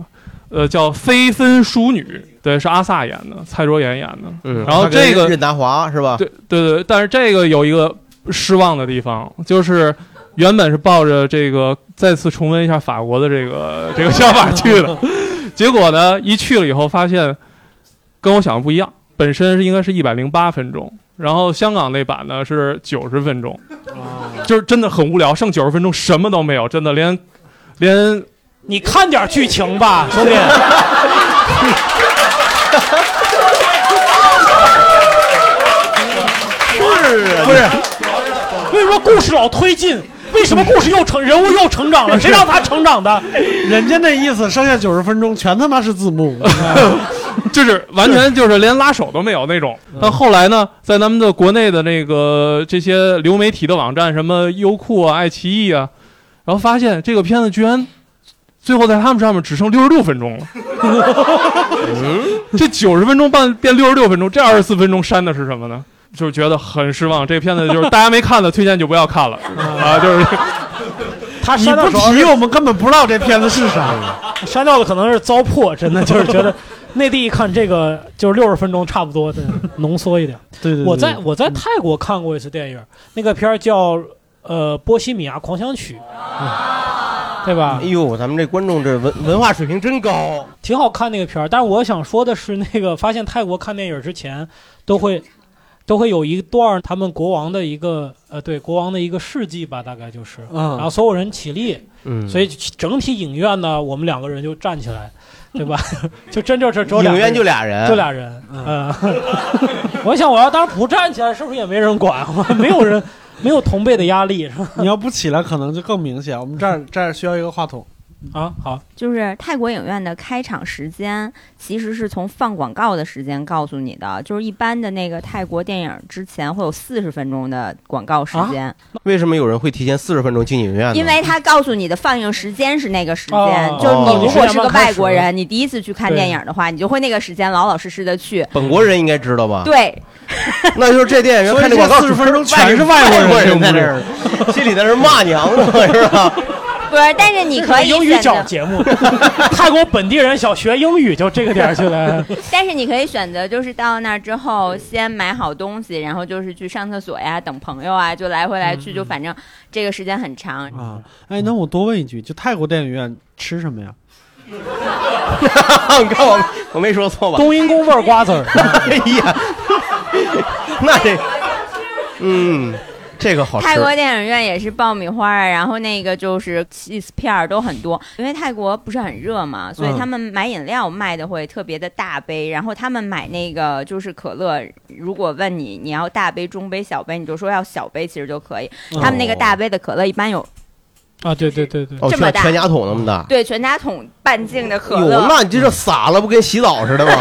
Speaker 8: 呃，叫《非分淑女》，对，是阿萨演的，蔡卓妍演的。
Speaker 4: 嗯，
Speaker 8: 然后
Speaker 4: 他跟
Speaker 8: 这个
Speaker 4: 任达华是吧？
Speaker 8: 对对对，但是这个有一个失望的地方，就是原本是抱着这个再次重温一下法国的这个 这个想法去的，结果呢，一去了以后发现跟我想的不一样，本身是应该是一百零八分钟，然后香港那版呢是九十分钟，就是真的很无聊，剩九十分钟什么都没有，真的连连
Speaker 3: 你看点剧情吧，兄 弟。
Speaker 4: 不
Speaker 8: 啊
Speaker 4: 是，
Speaker 3: 为什么故事老推进？为什么故事又成人物又成长了？谁让他成长的？
Speaker 2: 人家那意思，剩下九十分钟全他妈是字幕，
Speaker 8: 就是完全就是连拉手都没有那种。但后来呢，在咱们的国内的那个这些流媒体的网站，什么优酷啊、爱奇艺啊，然后发现这个片子 居然 最后在他们上面只剩六十六分钟了。这九十分钟半变六十六分钟，这二十四分钟删的是什么呢？就是觉得很失望，这个片子就是大家没看的，推荐就不要看了啊！就是
Speaker 3: 他
Speaker 2: 你
Speaker 3: 删掉
Speaker 2: 不
Speaker 3: 主要
Speaker 2: 提
Speaker 3: 是
Speaker 2: 我们根本不知道这片子是啥。
Speaker 3: 删掉的可能是糟粕，真 的就是觉得内地一看这个就是六十分钟差不多，真的浓缩一点。
Speaker 2: 对对对，嗯
Speaker 3: 我在我在泰国看过一次电影，那个片儿叫呃《波西米亚狂想曲》，对吧
Speaker 4: 哎？呦，咱们这观众这文文化水平真高，
Speaker 3: 挺好看那个片儿。但是我想说的是，那个 发现泰国看电影之前都会都会有一段儿他们国王的一个呃，对国王的一个事迹吧，大概就是，然后
Speaker 2: 啊，
Speaker 3: 所有人起立，
Speaker 4: 嗯，
Speaker 3: 所以整体影院呢，我们两个人就站起来， 对吧？就真就是只有两
Speaker 4: 影
Speaker 3: 个
Speaker 4: 院
Speaker 3: 人
Speaker 4: 就俩人，
Speaker 3: 就俩人，嗯， 我想我要当时不站起来，是不是也没人管？ 我没有人，没有同辈的压力，是吧？
Speaker 2: 你要不起来可能就更明显。我们这儿这儿需要一个话筒，
Speaker 3: 啊，好，
Speaker 9: 就是泰国影院的开场时间其实是从放广告的时间告诉你的，就是一般的那个泰国电影之前会有四十分钟的广告时间，
Speaker 4: 为什么有人会提前四十分钟进影院呢？
Speaker 9: 因为它告诉你的放映时间是那个时间，
Speaker 4: 哦
Speaker 9: 就是你如果是个外国
Speaker 4: 哦
Speaker 9: 人，你第一次去看
Speaker 4: 对
Speaker 9: 电影的话，你就会那个时间老老实实的去。
Speaker 4: 本国人应该知道吧？，
Speaker 9: 对，
Speaker 4: 那就是这电影院看这广告
Speaker 2: 所以这40分钟全是外
Speaker 4: 外
Speaker 2: 国人
Speaker 4: 国人
Speaker 2: 是不
Speaker 4: 在
Speaker 2: 是
Speaker 4: 这 儿，心里在这儿骂娘呢，是吧？
Speaker 9: 不是，但是你可以
Speaker 3: 英语
Speaker 9: 选
Speaker 3: 角
Speaker 9: 择，
Speaker 3: 节目，泰国本地人想学英语就这个点儿去了。
Speaker 9: 但是你可以选择，就是到那儿之后先买好东西，然后就是去上厕所呀，等朋友啊，就来回来去，
Speaker 3: 嗯
Speaker 9: 就反正这个时间很长。
Speaker 2: 啊，哎，那我多问一句，就泰国电影院吃什么 呀？
Speaker 4: 你看我，我没说错吧？
Speaker 3: 冬阴功味儿瓜子儿，
Speaker 4: 哎呀， 那这，嗯，这个好吃。
Speaker 9: 泰国电影院也是爆米花啊，然后那个就是 cheese 片儿都很多，因为泰国不是很热嘛，所以
Speaker 10: 嗯
Speaker 9: 他们买饮料卖的会特别的大杯，然后他们买那个就是可乐，如果问你你要大杯、中杯、小杯，你就说要小杯，其实就可以。
Speaker 4: 哦
Speaker 9: 他们那个大杯的可乐一般有
Speaker 3: 啊，对对对对，
Speaker 4: 哦，
Speaker 9: 这么
Speaker 4: 全
Speaker 9: 大
Speaker 4: 全家桶那么大。
Speaker 9: 对全家桶半径的可
Speaker 4: 哟，
Speaker 9: 乐。
Speaker 4: 那你这这撒了不跟洗澡似的吗？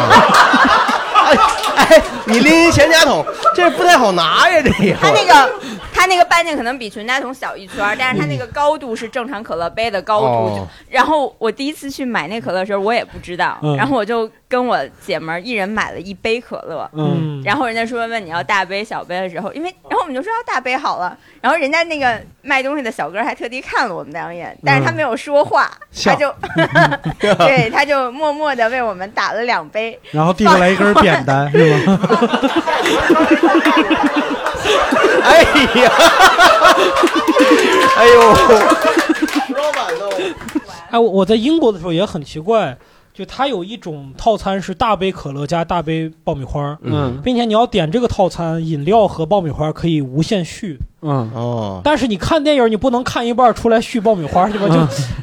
Speaker 4: 哎哎，你拎一全家桶，这不太好拿呀，这个。
Speaker 9: 它那
Speaker 3: 啊
Speaker 9: 个，它那个半径可能比全家桶小一圈儿，但是它那个高度是正常可乐杯的高度。就
Speaker 4: 哦
Speaker 9: 然后我第一次去买那可乐的时候，我也不知道，
Speaker 10: 嗯
Speaker 9: 然后我就跟我姐们儿一人买了一杯可乐。
Speaker 10: 嗯
Speaker 9: 然后人家说问你要大杯小杯的时候，因为然后我们就说哦要大杯好了。然后人家那个卖东西的小哥还特地看了我们两眼，但是他没有说话，
Speaker 2: 笑
Speaker 9: 他就对他就默默地为我们打了两杯。
Speaker 2: 然后递过来一根扁担是 吗？
Speaker 4: 哎呀， 哎呦，
Speaker 3: 哎，我我在英国的时候也很奇怪，就它有一种套餐是大杯可乐加大杯爆米花，
Speaker 2: 嗯
Speaker 3: 并且你要点这个套餐，饮料和爆米花可以无限续。
Speaker 2: 嗯
Speaker 4: 哦，
Speaker 3: 但是你看电影，你不能看一半出来续爆米花，对吧？
Speaker 4: 嗯
Speaker 3: 就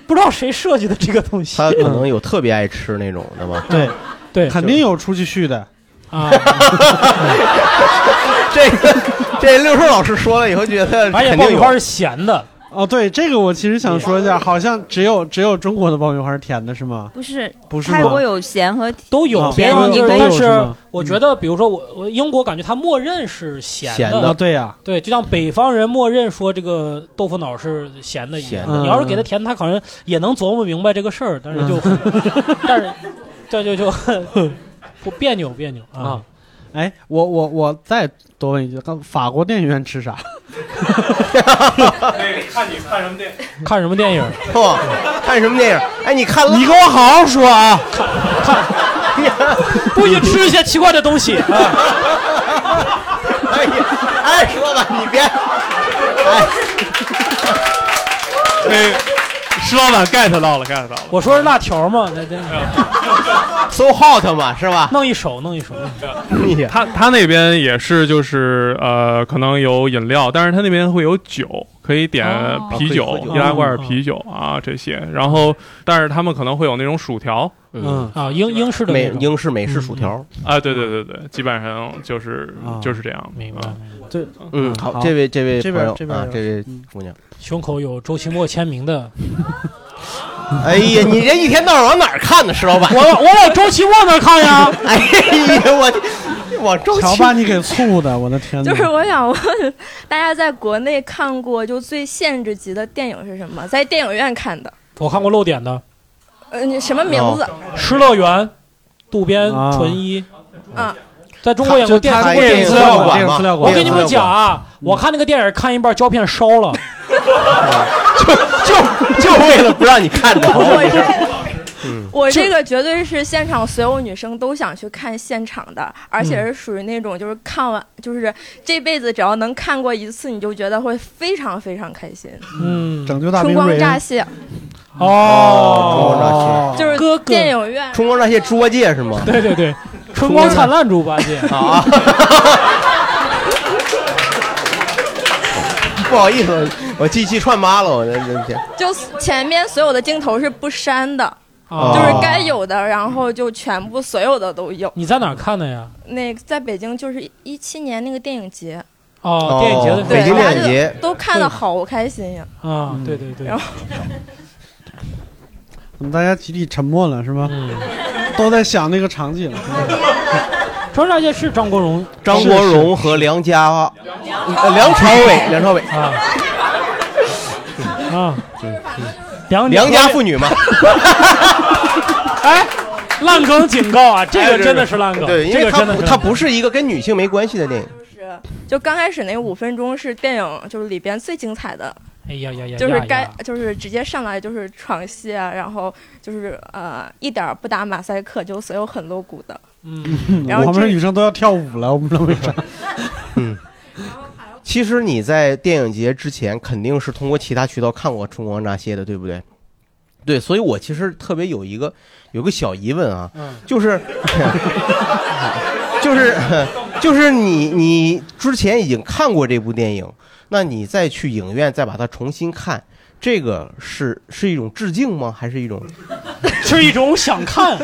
Speaker 3: 不知道谁设计的这个东西。
Speaker 4: 他可能有特别爱吃那种的吧？
Speaker 2: 对
Speaker 3: 嗯对，
Speaker 2: 肯定有出去续的。
Speaker 3: 啊，
Speaker 4: 这个这六兽老师说了以后，觉 得
Speaker 2: 而且
Speaker 4: 肯
Speaker 2: 爆
Speaker 4: 定
Speaker 2: 米
Speaker 4: 有
Speaker 2: 花
Speaker 3: 是咸的。
Speaker 2: 哦，对，这个我其实想说一下，好像只有只有中国的爆米花是甜的，是吗？
Speaker 9: 不是，
Speaker 2: 不是吗
Speaker 9: 泰国有咸和
Speaker 3: 都有
Speaker 2: 啊
Speaker 3: 别
Speaker 9: 都
Speaker 3: 人
Speaker 9: 有
Speaker 3: 但
Speaker 2: 是
Speaker 3: 是
Speaker 2: 吗
Speaker 3: 我觉得，比如说我我英国感觉它默认是咸
Speaker 2: 咸的啊对呀
Speaker 3: 对，就像北方人默认说这个豆腐脑是咸的一样
Speaker 2: 咸。的
Speaker 3: 你要是给他甜的，他可能也能琢磨明白这个事儿，但 是就但是这就 就不别扭别扭啊
Speaker 2: 啊。哎，我我我再多问一句，刚法国电影院吃啥？
Speaker 8: 那个看你看什么电影？
Speaker 3: 看什么电影？
Speaker 4: 不、看什么电影？哎，你看，
Speaker 2: 你给我好好说啊！
Speaker 3: 不许吃一些奇怪的东西啊！
Speaker 4: 哎呀，哎，说吧，你别， 哎，
Speaker 8: 那个石老板哎 get 到了，get 到了。
Speaker 3: 我说是辣条嘛，那那
Speaker 4: so hot 嘛，是吧？
Speaker 3: 弄一手，弄一手。
Speaker 8: 他他那边也是，就是呃，可能有饮料，但是他那边会有酒，可以点啤酒、
Speaker 4: 哦可以喝酒
Speaker 8: 易拉罐啤酒啊这些。然后，但是他们可能会有那种薯条，
Speaker 4: 嗯
Speaker 3: 啊，英英式的那
Speaker 4: 美
Speaker 3: 种嗯
Speaker 4: 英式美式薯条。
Speaker 8: 啊，对对对对，基本上就是就是这样。
Speaker 3: 啊明白。
Speaker 2: 对，
Speaker 4: 嗯，好，这位这位
Speaker 3: 这
Speaker 4: 朋
Speaker 3: 边
Speaker 4: 友
Speaker 3: 这边
Speaker 4: 啊
Speaker 3: 有，嗯
Speaker 4: 这位姑娘，
Speaker 3: 胸口有周奇墨签名的。
Speaker 4: 哎呀，你这一天到晚往哪儿看呢，石老板？
Speaker 3: 我我往周奇墨那儿看呀。
Speaker 4: 哎呀，我我周
Speaker 2: 瞧
Speaker 4: 琦
Speaker 2: 把你给醋的，我的天哪！
Speaker 10: 就是我想问，大家在国内看过就最限制级的电影是什么？在电影院看的，
Speaker 3: 我看过漏点的
Speaker 10: 呃，你什么名字？
Speaker 2: 哦
Speaker 3: 《失哦乐园》，渡边
Speaker 2: 啊
Speaker 3: 淳一，
Speaker 10: 啊，
Speaker 3: 在中国演过
Speaker 2: 就
Speaker 3: 电
Speaker 2: 他
Speaker 3: 中
Speaker 2: 他
Speaker 3: 国演
Speaker 2: 电影
Speaker 3: 过
Speaker 2: 资料
Speaker 3: 电
Speaker 2: 馆
Speaker 3: 影
Speaker 2: 嘛
Speaker 3: 我跟你们
Speaker 2: 电影资料
Speaker 3: 讲啊，我看那个电影看一半，胶片烧了。
Speaker 4: 就就为了不让你看到，
Speaker 10: 我这个绝对是现场所有女生都想去看现场的，而且
Speaker 2: 嗯
Speaker 10: 是属于那种就是看完，就是这辈子只要能看过一次，你就觉得会非常非常开心，
Speaker 3: 嗯，
Speaker 2: 拯救大
Speaker 10: 春
Speaker 2: 兵
Speaker 10: 光
Speaker 2: 瑞
Speaker 10: 乍
Speaker 2: 恩哦
Speaker 10: 泄，
Speaker 4: 哦
Speaker 3: 哦，
Speaker 10: 就是
Speaker 3: 哥哥
Speaker 10: 电影院。
Speaker 4: 春光乍泄猪八戒是吗？
Speaker 3: 对对对，春光灿烂猪八戒。
Speaker 4: 啊！ 不好意思，我记记串妈了，我这这这。
Speaker 10: 就前面所有的镜头是不删的，
Speaker 4: 哦
Speaker 10: 就是该有的，然后就全部所有的都有。
Speaker 3: 你在哪儿看的呀？
Speaker 10: 那个在北京就是一七年那个电影节，
Speaker 3: 哦，电影节的
Speaker 4: 北京电影
Speaker 10: 大家
Speaker 4: 节
Speaker 10: 就都看的好开心呀。
Speaker 3: 啊，对对对
Speaker 10: 然后。
Speaker 2: 怎么大家集体沉默了是吗？
Speaker 3: 嗯
Speaker 2: 都在想那个场景。
Speaker 3: 长沙县是张国荣，
Speaker 4: 张国荣和梁家，呃梁朝伟，梁朝伟啊，
Speaker 3: 啊，梁
Speaker 4: 梁家妇女嘛，
Speaker 3: 哎， 烂梗警告啊，这个真的是烂梗，
Speaker 4: 哎对，因
Speaker 3: 这
Speaker 4: 为
Speaker 3: 个
Speaker 4: 它
Speaker 3: 真的
Speaker 4: 不
Speaker 3: 是
Speaker 4: 它不是一个跟女性没关系的电影，
Speaker 10: 是就刚开始那五分钟是电影就是里边最精彩的，
Speaker 3: 哎呀呀呀，
Speaker 10: 就是
Speaker 3: 呀呀
Speaker 10: 该就是直接上来就是床戏啊，然后就是呃一点儿不打马赛克，就所有很露骨的。
Speaker 2: 嗯
Speaker 10: 然后
Speaker 2: 我们
Speaker 10: 这
Speaker 2: 女生都要跳舞了，我们知道为 啥？
Speaker 4: 嗯其实你在电影节之前肯定是通过其他渠道看过《春光乍泄》的，对不对？对，所以我其实特别有一个有个小疑问啊，
Speaker 3: 嗯
Speaker 4: 就是 就是就是你你之前已经看过这部电影，那你再去影院再把它重新看，这个是是一种致敬吗？还是一种？
Speaker 3: 是一种想 看，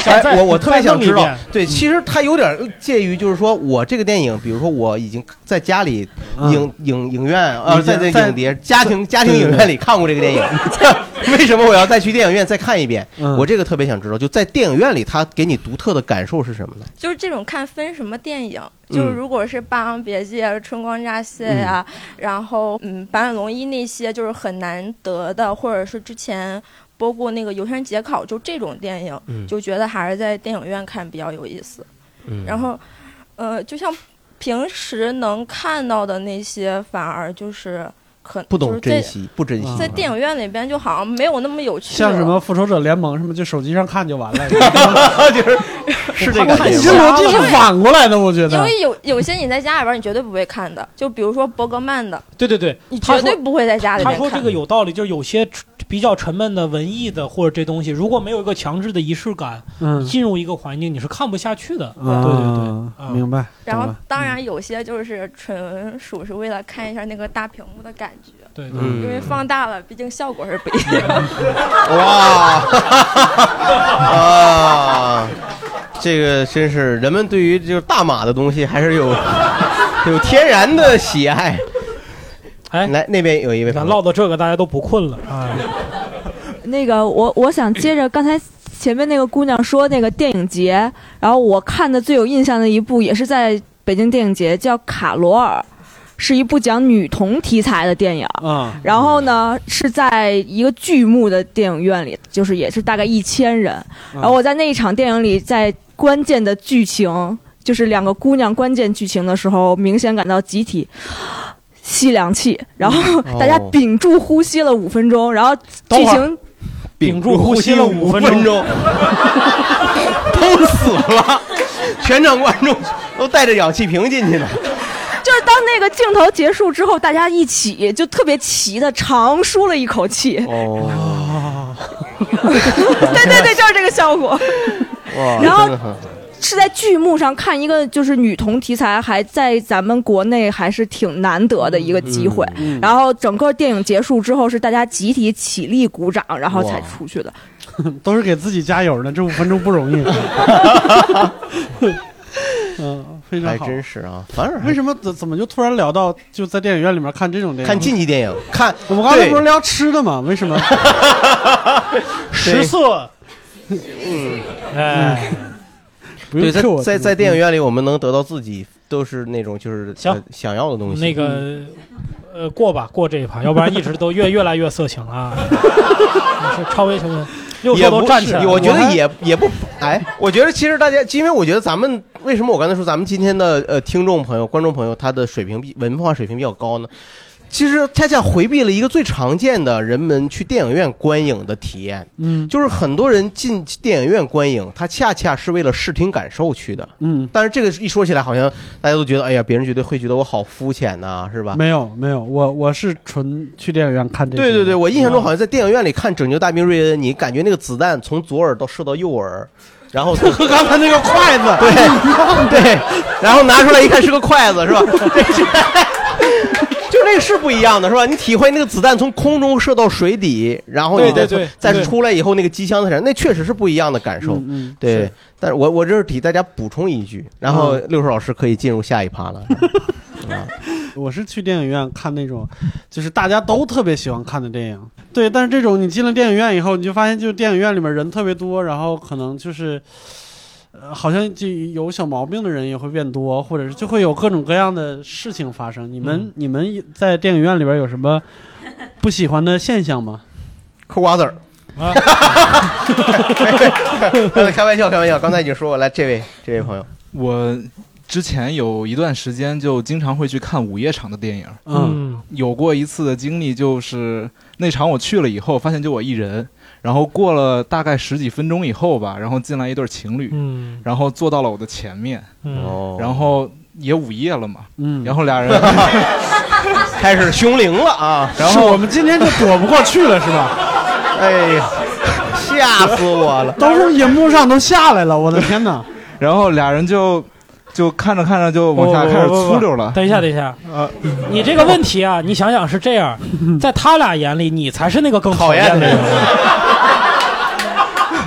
Speaker 3: 想
Speaker 4: 哎，
Speaker 3: 再
Speaker 4: 我我特别想知
Speaker 3: 再弄一
Speaker 4: 道
Speaker 3: 遍，
Speaker 4: 对，其实它有点介于，就是说我这个电影，比如说我已经在家里
Speaker 2: 嗯
Speaker 4: 影影影院呃，
Speaker 2: 已经
Speaker 4: 在在
Speaker 2: 在
Speaker 4: 影碟家庭家庭影院里看过这个电影， 为什么我要再去电影院再看一遍？
Speaker 2: 嗯
Speaker 4: 我这个特别想知道，就在电影院里，它给你独特的感受是什么 呢？
Speaker 10: 就是这种看分什么电影，
Speaker 4: 嗯
Speaker 10: 就是如果是《霸王别姬》啊《春光乍泄》呀，然后嗯《白马龙一》那些就是很难得的，或者是之前播过那个《游山解考》，就这种电影，
Speaker 4: 嗯
Speaker 10: 就觉得还是在电影院看比较有意思。
Speaker 4: 嗯
Speaker 10: 然后，呃，就像平时能看到的那些，反而就是可
Speaker 4: 不
Speaker 10: 就
Speaker 4: 懂
Speaker 10: 是在
Speaker 4: 珍惜，不珍惜。嗯
Speaker 10: 在电影院里边就好像没有那么有趣了。
Speaker 2: 像什么复仇者联盟什么，就手机上看就 完了。
Speaker 4: 就是是这个
Speaker 2: 你
Speaker 4: 感
Speaker 2: 这
Speaker 4: 觉
Speaker 2: 逻
Speaker 4: 吗。
Speaker 2: 辑是反过来的，我觉
Speaker 10: 因
Speaker 2: 得。
Speaker 10: 为有有些你在家里边你绝对不会看的，就比如说伯格曼的，
Speaker 3: 对对对，
Speaker 10: 你
Speaker 3: 他
Speaker 10: 绝对
Speaker 3: 说
Speaker 10: 不会在家里
Speaker 3: 他
Speaker 10: 边
Speaker 3: 说
Speaker 10: 看
Speaker 3: 这个有道理，就是有些比较沉闷的文艺的或者这东西，如果没有一个强制的仪式感，
Speaker 2: 嗯
Speaker 3: 进入一个环境你是看不下去的。
Speaker 2: 啊
Speaker 3: 对对对，啊
Speaker 2: 明白。
Speaker 10: 然
Speaker 2: 懂
Speaker 10: 后
Speaker 2: 了，
Speaker 10: 当然有些就是纯属是为了看一下那个大屏幕的感觉，
Speaker 3: 对对
Speaker 4: 嗯
Speaker 10: 因为放大了，毕竟效果是不一样的。
Speaker 4: 哇啊！这个真是人们对于就是大马的东西还是有有天然的喜爱。
Speaker 3: 哎
Speaker 4: 来那边有一位朋
Speaker 3: 咱
Speaker 4: 友，
Speaker 3: 唠到这个，大家都不困了啊。
Speaker 11: 那个，我我想接着刚才前面那个姑娘说那个电影节，然后我看的最有印象的一部也是在北京电影节，叫《卡罗尔》，是一部讲女童题材的电影。
Speaker 4: 哦
Speaker 2: 啊，
Speaker 11: 然后呢，是在一个巨幕的电影院里，就是也是大概一千人。
Speaker 4: 哦
Speaker 11: 然后我在那一场电影里，在关键的剧情，就是两个姑娘关键剧情的时候，明显感到集体。吸凉气，然后大家屏住呼吸了五分钟，然后
Speaker 4: 哦等
Speaker 11: 剧
Speaker 4: 会儿
Speaker 11: 情
Speaker 3: 屏住呼吸了
Speaker 4: 五
Speaker 3: 五分
Speaker 4: 分
Speaker 3: 钟，
Speaker 4: 钟，都死了，全场观众都带着氧气瓶进去的。
Speaker 11: 就是当那个镜头结束之后，大家一起就特别齐的长舒了一口气。
Speaker 4: 哦，
Speaker 11: 对对对，就是这个效果。
Speaker 4: 哇，
Speaker 11: 然后
Speaker 4: 真的很
Speaker 11: 是在剧目上看一个就是女童题材，还在咱们国内还是挺难得的一个机会。
Speaker 4: 嗯
Speaker 11: 然后整个电影结束之后，是大家集体起立鼓掌，然后才
Speaker 4: 哇
Speaker 11: 出去的。
Speaker 2: 都是给自己加油呢，这五分钟不容 易。嗯，非常
Speaker 4: 还
Speaker 2: 好。
Speaker 4: 真是啊，反而
Speaker 2: 为
Speaker 4: 还是
Speaker 2: 什么怎怎么就突然聊到就在电影院里面看这种电影？
Speaker 4: 看禁忌电影，看
Speaker 2: 我们刚才
Speaker 4: 对
Speaker 2: 不是聊吃的吗？为 什么？
Speaker 3: 食色，嗯，哎，
Speaker 2: 不
Speaker 4: 对，
Speaker 2: 用
Speaker 4: 在
Speaker 2: Q 我
Speaker 4: 在在电影院里，我们能得到自己都是那种就是
Speaker 3: 行
Speaker 4: 呃想要的东西。
Speaker 3: 那个。呃，过吧，过这一盘，要不然一直都越越来越色情啊！你是超威雄，六
Speaker 4: 也
Speaker 3: 兽
Speaker 4: 不
Speaker 3: 都站起来
Speaker 4: 是
Speaker 3: 了，
Speaker 4: 我觉
Speaker 3: 还
Speaker 4: 得也也不哎，我觉得其实大家，因为我觉得咱们为什么我刚才说咱们今天的呃听众朋友、观众朋友，他的水平比文化水平比较高呢？其实恰恰回避了一个最常见的人们去电影院观影的体验，
Speaker 2: 嗯
Speaker 4: 就是很多人进电影院观影，他恰恰是为了视听感受去的。
Speaker 2: 嗯，
Speaker 4: 但是这个一说起来，好像大家都觉得，哎呀，别人觉得会觉得我好肤浅呐、是吧？
Speaker 2: 没有没有，我我是纯去电影院看这些。
Speaker 4: 对对对，我印象中好像在电影院里看《拯救大兵瑞恩》，你感觉那个子弹从左耳到射到右耳，然后和刚才那个筷子，对对，然后拿出来一看是个筷子，是吧？ 这是就那个是不一样的，是吧？你体会那个子弹从空中射到水底，然后你再
Speaker 3: 对对对
Speaker 4: 再
Speaker 3: 对
Speaker 4: 出来以后那个机枪的声，那确实是不一样的感受。
Speaker 2: 嗯，
Speaker 4: 对，但是我我这是替大家补充一句，然后六叔老师可以进入下一趴了。啊。
Speaker 2: 我是去电影院看那种，就是大家都特别喜欢看的电影。对，但是这种你进了电影院以后，你就发现就电影院里面人特别多，然后可能就是，呃，好像就有小毛病的人也会变多，或者是就会有各种各样的事情发生。你
Speaker 4: 嗯
Speaker 2: 们、你们在电影院里边有什么不喜欢的现象吗？
Speaker 4: 嗑瓜子儿。 开玩笑，开玩笑，刚才已经说过，来这位这位朋友，
Speaker 12: 我之前有一段时间就经常会去看午夜场的电影，
Speaker 2: 嗯，
Speaker 12: 有过一次的经历，就是那场我去了以后，发现就我一人，然后过了大概十几分钟以后吧，然后进来一对情侣，
Speaker 3: 嗯，
Speaker 12: 然后坐到了我的前面，
Speaker 3: 嗯
Speaker 4: 哦
Speaker 12: 然后也午夜了嘛，
Speaker 2: 嗯，
Speaker 12: 然后俩 人
Speaker 4: 开始凶灵了啊，
Speaker 12: 然
Speaker 2: 是
Speaker 12: 后
Speaker 2: 我们今天就躲不过去了，是吧？
Speaker 4: 哎呀，吓死我了，
Speaker 2: 都是荧幕上都下来了，我的天哪！
Speaker 12: 然后俩人就就看着看着就往下
Speaker 3: 不不
Speaker 12: 开始
Speaker 3: 不不
Speaker 12: 粗溜了，
Speaker 3: 等一下，等一下，你这个问题啊，你想想是这样，在他俩眼里，你才是那个更讨厌的人。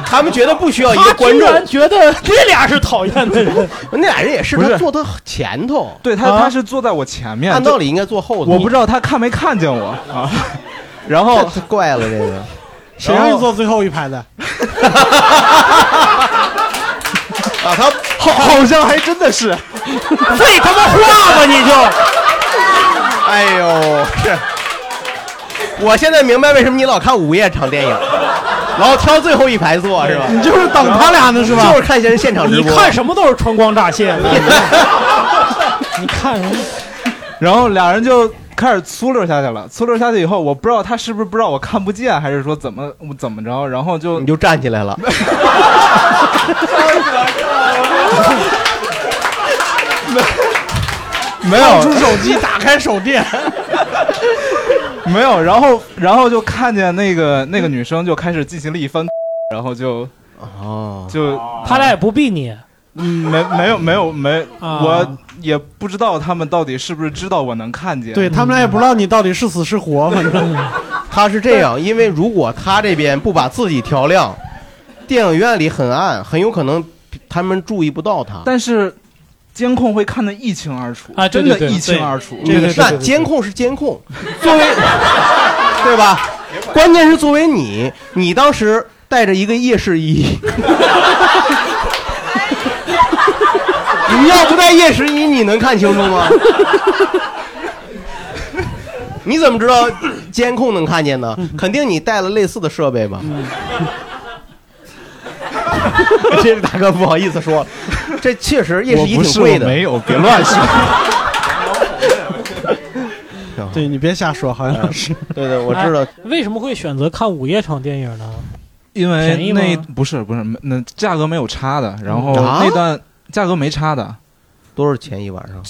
Speaker 4: 他们觉得不需要一个观众
Speaker 3: 他居然觉得那俩是讨厌的人，
Speaker 4: 那俩人也是，
Speaker 12: 不是
Speaker 4: 他坐他前头，
Speaker 12: 对他，
Speaker 4: 啊
Speaker 12: 他是坐在我前面，
Speaker 4: 按道理应该坐后头，
Speaker 12: 我不知道他看没看见我 啊。然后
Speaker 4: 怪 了这个，
Speaker 2: 谁让你坐最后一排的？
Speaker 4: 啊，他
Speaker 12: 好好像还真的是，
Speaker 4: 废他妈话吧你就，哎呦，是，我现在明白为什么你老看午夜场电影，老挑最后一排坐是吧？
Speaker 2: 你就是等他俩呢是吧
Speaker 4: 就是看些人现场直
Speaker 3: 你
Speaker 4: 播，
Speaker 3: 看什么都是穿光乍泄的，
Speaker 12: 你看什么？然后俩人就开始粗溜下去了。粗溜下去以后，我不知道他是不是不知道我看不见，还是说怎么我怎么着，然后就
Speaker 4: 你就站起来了。
Speaker 12: 没有
Speaker 2: 出手机，打开手电。
Speaker 12: 没有，然后然后就看见那个那个女生就开始进行了一番，然后就
Speaker 4: 哦，
Speaker 12: 就
Speaker 3: 他俩也不避你。
Speaker 12: 嗯，没没有没有没，
Speaker 3: 啊
Speaker 12: 我也不知道他们到底是不是知道我能看见。嗯
Speaker 2: 对他们俩也不知道你到底是死是活，反正
Speaker 4: 他是这样，因为如果他这边不把自己调亮，电影院里很暗，很有可能他们注意不到他。
Speaker 12: 但是监控会看得一清二楚
Speaker 4: 啊对
Speaker 12: 真的
Speaker 4: 对对
Speaker 12: 一清二楚。
Speaker 4: 你看嗯监控是监控，作为对吧？关键是作为你，你当时带着一个夜视仪， 你要不带夜视仪，你能看清楚吗？你怎么知道监控能看见呢？肯定你带了类似的设备吧？这个大哥不好意思说了，这确实夜视仪
Speaker 12: 我不是
Speaker 4: 挺贵的。
Speaker 12: 我没有别乱 说。
Speaker 2: 对你别瞎说，好像
Speaker 3: 嗯
Speaker 2: 是。
Speaker 4: 对对，我
Speaker 3: 哎为什么会选择看午夜场电影呢？
Speaker 12: 因
Speaker 3: 便
Speaker 12: 为
Speaker 3: 宜吗
Speaker 12: 那不是不是没那价格没有差的，然后
Speaker 4: 啊
Speaker 12: 那段价格没差的，
Speaker 4: 多少钱一晚上？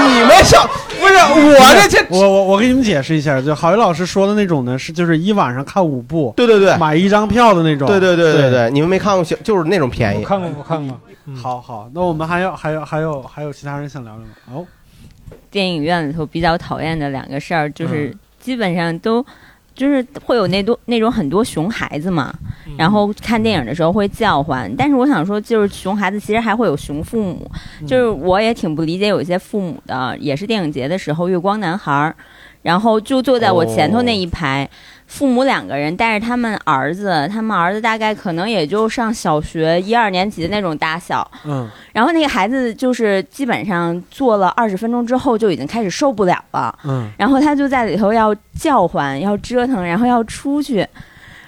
Speaker 4: 你们笑不是哎我这这
Speaker 2: 我我我给你们解释一下，就郝宇老师说的那种呢，是就是一晚上看五部，
Speaker 4: 对对对，
Speaker 2: 买一张票的那种，
Speaker 4: 对对对
Speaker 2: 对
Speaker 4: 对对，你们没看过小，就是那种便宜。
Speaker 2: 看过我看过。
Speaker 3: 嗯
Speaker 2: 好好，那我们还有还有还有还有其他人想聊聊吗？哦，
Speaker 9: 电影院里头比较讨厌的两个事儿，就是
Speaker 2: 嗯
Speaker 9: 基本上都。就是会有那多那种很多熊孩子嘛，
Speaker 2: 嗯
Speaker 9: 然后看电影的时候会叫唤，但是我想说，就是熊孩子其实还会有熊父母，
Speaker 2: 嗯
Speaker 9: 就是我也挺不理解有一些父母的，也是电影节的时候，月光男孩儿，然后就坐在我前头那一排，
Speaker 2: 哦
Speaker 9: 父母两个人带着他们儿子，他们儿子大概可能也就上小学一二年级的那种大小，
Speaker 2: 嗯，
Speaker 9: 然后那个孩子就是基本上坐了二十分钟之后就已经开始受不了了，
Speaker 2: 嗯
Speaker 9: 然后他就在里头要叫唤、要折腾，然后要出去，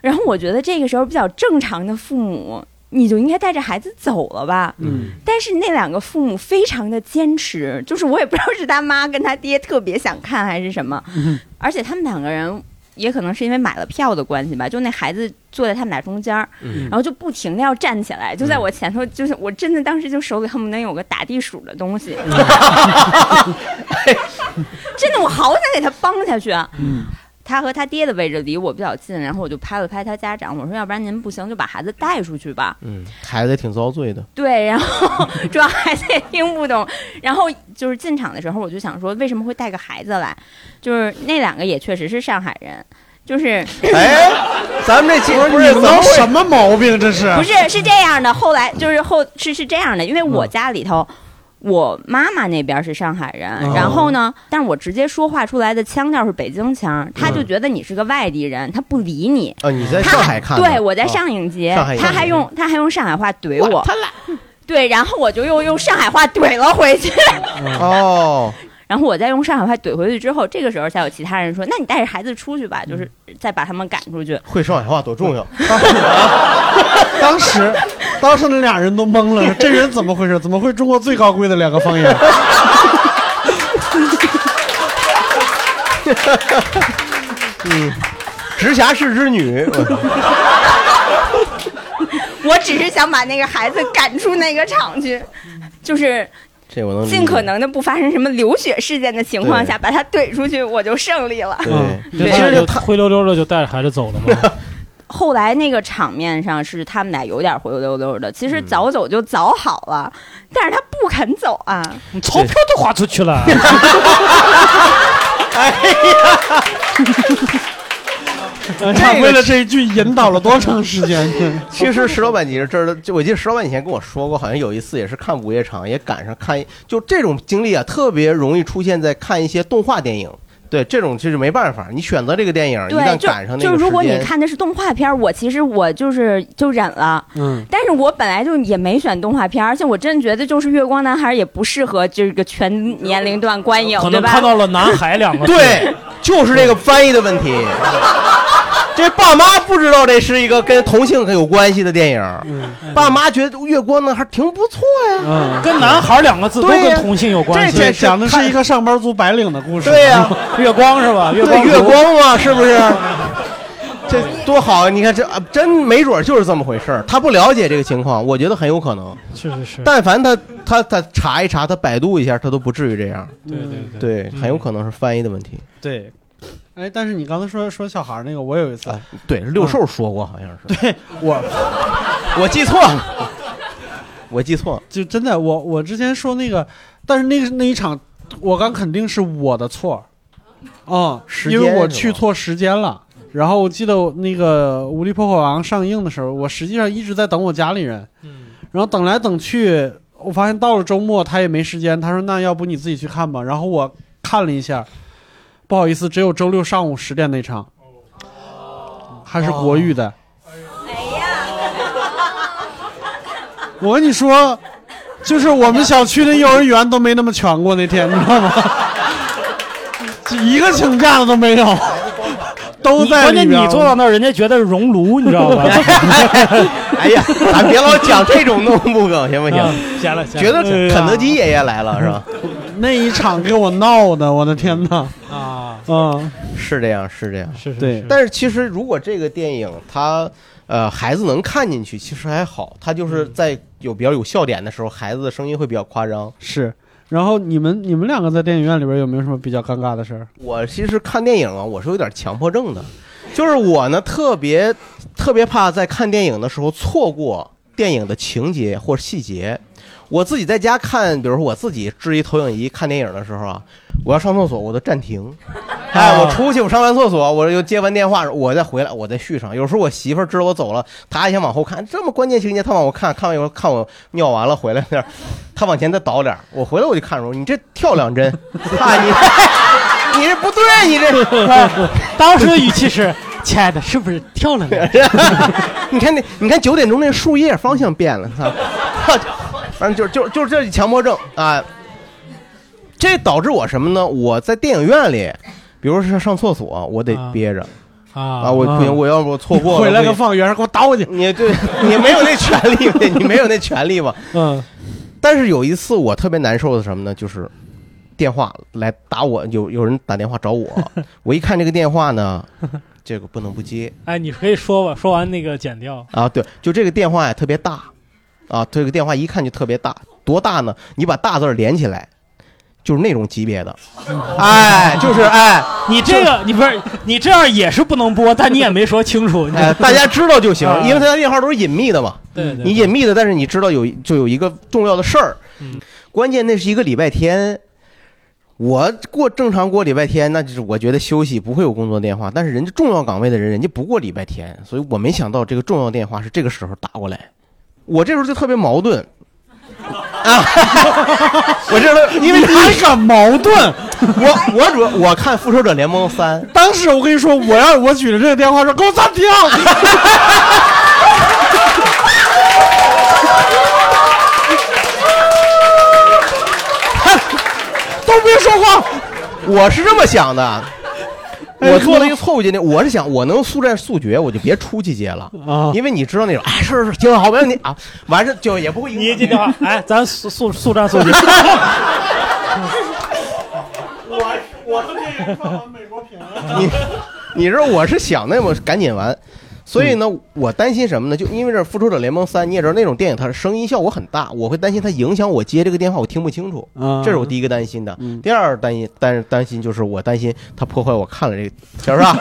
Speaker 9: 然后我觉得这个时候比较正常的父母，你就应该带着孩子走了吧，
Speaker 2: 嗯，
Speaker 9: 但是那两个父母非常的坚持，就是我也不知道是他妈跟他爹特别想看还是什么，
Speaker 13: 嗯
Speaker 9: 而且他们两个人也可能是因为买了票的关系吧，就那孩子坐在他们俩中间儿，
Speaker 14: 嗯
Speaker 9: 然后就不停的要站起来，就在我前头，就是我真的当时就手里恨不得有个打地鼠的东西，真的我好想给他帮下去啊。
Speaker 2: 嗯
Speaker 9: 他和他爹的位置离我比较近，然后我就拍了拍他家长，我说要不然您不行就把孩子带出去吧。
Speaker 4: 嗯，孩子挺遭罪的。
Speaker 9: 对，然后 主要孩子也听不懂，然后就是进场的时候，我就想说，为什么会带个孩子来？就是那两个也确实是上海人，就是
Speaker 4: 哎，咱们这期
Speaker 2: 不
Speaker 4: 不
Speaker 2: 是
Speaker 4: 是
Speaker 2: 你们都什
Speaker 4: 么毛病？这是
Speaker 9: 不是是这样的，后来就是后是是这样的，因为
Speaker 4: 嗯
Speaker 9: 我家里头。我妈妈那边是上海人，
Speaker 14: 哦
Speaker 9: 然后呢，但是我直接说话出来的腔调是北京腔，他就
Speaker 4: 嗯
Speaker 9: 觉得你是个外地人，他不理你。
Speaker 4: 啊？你在上海看的？
Speaker 9: 对，我在上
Speaker 4: 影
Speaker 9: 影节，
Speaker 4: 上海影
Speaker 9: 他还用他还用上海话怼我，对，然后我就又用上海话怼了回去。
Speaker 4: 哦，
Speaker 9: 嗯然后我再用上海话怼回去之后，这个时候才有其他人说：“那你带着孩子出去吧，就是再把他们赶出去。
Speaker 4: 会上海话多重要？
Speaker 2: 当时，当时那俩人都懵 了，说这人怎么回事？怎么会中国最高贵的两个方言？
Speaker 4: 嗯，直辖市之女，嗯 我
Speaker 9: 我只是想把那个孩子赶出那个场去，就是
Speaker 4: 这我能理解
Speaker 9: 尽可能的不发生什么流血事件的情况
Speaker 4: 对
Speaker 9: 下，把他怼出去，我就胜利了。
Speaker 4: 对
Speaker 3: 对，
Speaker 4: 其实
Speaker 3: 就灰溜溜的就带着孩子走了嘛。
Speaker 9: 后来那个场面上是他们俩有点灰溜溜的，其实早走就早好了，但是他不肯走啊。
Speaker 3: 钞票都花出去了，
Speaker 4: 哎
Speaker 2: 他为了这一句引导了多长时间？
Speaker 4: 其实石老板，你这儿的，就我记得石老板以前跟我说过，好像有一次也是看午夜场，也赶上看一，就这种经历啊，特别容易出现在看一些动画电影。对，这种就是没办法，你选择这个电影，一
Speaker 9: 对，
Speaker 4: 旦
Speaker 9: 就
Speaker 4: 赶上那
Speaker 9: 就
Speaker 4: 个时间，
Speaker 9: 如果你看的是动画片儿，我其实我就是就忍了。
Speaker 2: 嗯，
Speaker 9: 但是我本来就也没选动画片儿，而且我真觉得就是《月光男孩》也不适合这个全年龄段观影，
Speaker 3: 可
Speaker 9: 对
Speaker 3: 能
Speaker 9: 吧？
Speaker 3: 看到了“南海”两个字，
Speaker 4: 哦 对，就是这个翻译的问题。这爸妈不知道这是一个跟同性有关系的电
Speaker 3: 嗯
Speaker 4: 影，爸妈觉得月光呢还挺不错
Speaker 2: 嗯
Speaker 4: 呀，
Speaker 3: 跟男孩两个字都
Speaker 4: 对
Speaker 3: 跟
Speaker 4: 呀
Speaker 3: 同性有关系。
Speaker 4: 这这讲的是一
Speaker 2: 个上班族白领的故
Speaker 4: 对呀、
Speaker 3: 月光是吧？月
Speaker 4: 对
Speaker 3: 光
Speaker 4: 月光嘛，是不是？这多好啊！你看这啊真没准儿就是这么回事儿，他不了解这个情况，我觉得很有可能。
Speaker 3: 是是是，
Speaker 4: 但凡他他他查一查，他百度一下，他都不至于这样。
Speaker 3: 对对嗯
Speaker 4: 对，很有可能是翻译的问题。
Speaker 2: 对。哎，但是你刚才说说小孩儿那个，我有一次，
Speaker 4: 对，六兽说过好像是，
Speaker 2: 对我，
Speaker 4: 我记错了，我记错了，
Speaker 2: 就真的我我之前说那个，但是那个那一场，我刚肯定是我的错，啊、
Speaker 4: 时
Speaker 2: 因
Speaker 4: 间
Speaker 2: 为我
Speaker 4: 是
Speaker 2: 去错时间了。然后我记得我那个《无力破坏王》上映的时候，我实际上一直在等我家里人，然后等来等去，我发现到了周末他也没时间，他说那要不你自己去看吧。然后我看了一下，不好意思，只有周六上午十点那场，还是国语的。
Speaker 4: 哦
Speaker 2: 我跟你说，就是我们小区的幼儿园都没那么全过那天，你知道吗？就一个请假的都没有，都
Speaker 3: 你
Speaker 2: 在
Speaker 3: 关
Speaker 2: 里
Speaker 3: 键
Speaker 2: 边
Speaker 3: 你坐到那儿，人家觉得是熔炉，你知道吧？
Speaker 4: 哎呀，咱别老讲这种弄不梗，行不嗯行嗯
Speaker 3: 啊？行了行了
Speaker 4: 觉得
Speaker 2: 哎呀
Speaker 4: 肯德基爷爷来了是吧？
Speaker 2: 那一场给我闹的，我的天哪！
Speaker 3: 啊，
Speaker 2: 嗯，
Speaker 4: 是这样，是这样，
Speaker 3: 是
Speaker 2: 对是
Speaker 4: 但是其实如果这个电影它呃孩子能看进去，其实还好，它就是在有比较有笑点的时候，孩子的声音会比较夸张。
Speaker 2: 是。然后你们你们两个在电影院里边有没有什么比较尴尬的事儿？
Speaker 4: 我其实看电影啊，我是有点强迫症的，就是我呢特别特别怕在看电影的时候错过电影的情节或细节。我自己在家看，比如说我自己支一投影仪看电影的时候啊，我要上厕所我都暂停，哎，我出去我上完厕所，我又接完电话，我再回来我再续上。有时候我媳妇儿知道我走了，她还想往后看，这么关键情节她往后看，看完以后看我尿完了回来那儿，她往前再倒点儿，我回来我就看着我，你这跳两帧，啊你。你这不对，你 这
Speaker 3: 哎当时的语气是：“亲爱的，是不是跳了两
Speaker 4: 你看那，你看九点钟那树叶方向变了，操！ 反正就就就这强迫症啊，这导致我什么呢？我在电影院里，比如说上厕所，我得憋着。
Speaker 3: 啊
Speaker 4: 啊，我不行，我要不错过了
Speaker 2: 回来个
Speaker 4: 我
Speaker 2: 放员给我打我去！
Speaker 4: 你对你没有 那权利，你没有那权利吧？
Speaker 3: 嗯。
Speaker 4: 但是有一次我特别难受的是什么呢？就是电话来打我，有有人打电话 找我，我一看这个电话呢，这个不能不接。？”
Speaker 3: 哎，你可以说吧，说完那个剪掉。
Speaker 4: 啊，对，就这个电话呀特别大，啊，这个电话一看就特别大，多大呢？你把大字儿连起来，就是那种级别的。哎，就是哎，
Speaker 3: 你 这个你不是你这样也是不能播，但你也没说清楚。
Speaker 4: 哎，大家 知道就行，因为他
Speaker 3: 他
Speaker 4: 的电话都是隐秘的嘛。
Speaker 3: 对对
Speaker 4: 你隐秘的，但是
Speaker 3: 嗯
Speaker 4: 你知道有就有一个重要的事儿。关键那是一个礼拜天，我过正常过礼拜天，那就是我觉得休息不会有工作电话，但是人家重要岗位的人，人家不过礼拜天，所以我没想到这个重要电话是这个时候打过来，我这时候就特别矛盾。啊！我这时候因为他
Speaker 2: 敢矛盾，
Speaker 4: 我我主要我看《复仇者联盟三》，
Speaker 2: 当时我跟你说，我要我举着这个电话说给我暂停，
Speaker 4: 都别说话。我是这么想的，我做了一个错误决定。我是想，我能速战速决，我就别出去接了啊，因为你知道那种，哎，是是是，行，好，没问题啊，完事就也不会影响。你
Speaker 3: 接电话，哎，咱速速速战 速决。
Speaker 4: 我我是这个看完美国评你你说我是想那么赶紧完，所以呢，我担心什么呢？就因为这《复仇者联盟三》，你也知道那种电影，它声音效果很大，我会担心它影响我接这个电话，我听不清楚，
Speaker 2: 啊
Speaker 4: 这是我第一个担心的。第二担心担担心就是我担心它破坏我看了这个，小是吧？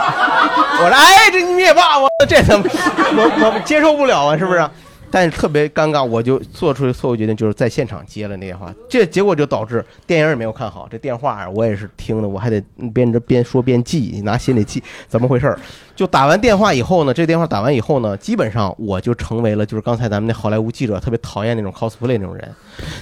Speaker 4: 我说哎，这你灭霸，我这怎么 我我接受不了啊？是不是？但是特别尴尬，我就做出错误决定，就是在现场接了那电话，这结果就导致电影也没有看好，这电话我也是听的，我还得边着边说边记，拿心里记怎么回事儿。就打完电话以后呢，这电话打完以后呢，基本上我就成为了就是刚才咱们那好莱坞记者特别讨厌那种 cosplay 那种人。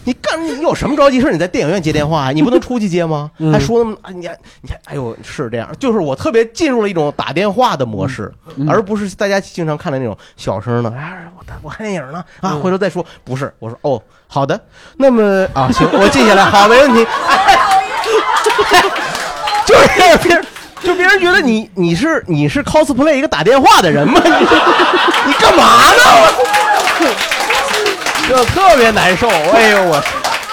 Speaker 4: 你干你有什么着急事儿？你在电影院接电话啊，你不能出去接吗？还说那么啊你还你还哎呦是这样，就是我特别进入了一种打电话的
Speaker 2: 嗯
Speaker 4: 模式，而不是大家经常看的那种小声的哎我看电影呢啊，
Speaker 2: 嗯
Speaker 4: 回头再说。不是，我说哦，好的，那么啊，行，我记下来，好，没问题。 就是别人，就别人觉得你你是你是 cosplay 一个打电话的人吗？你 你干嘛呢？我就特别难 受，哎呦我。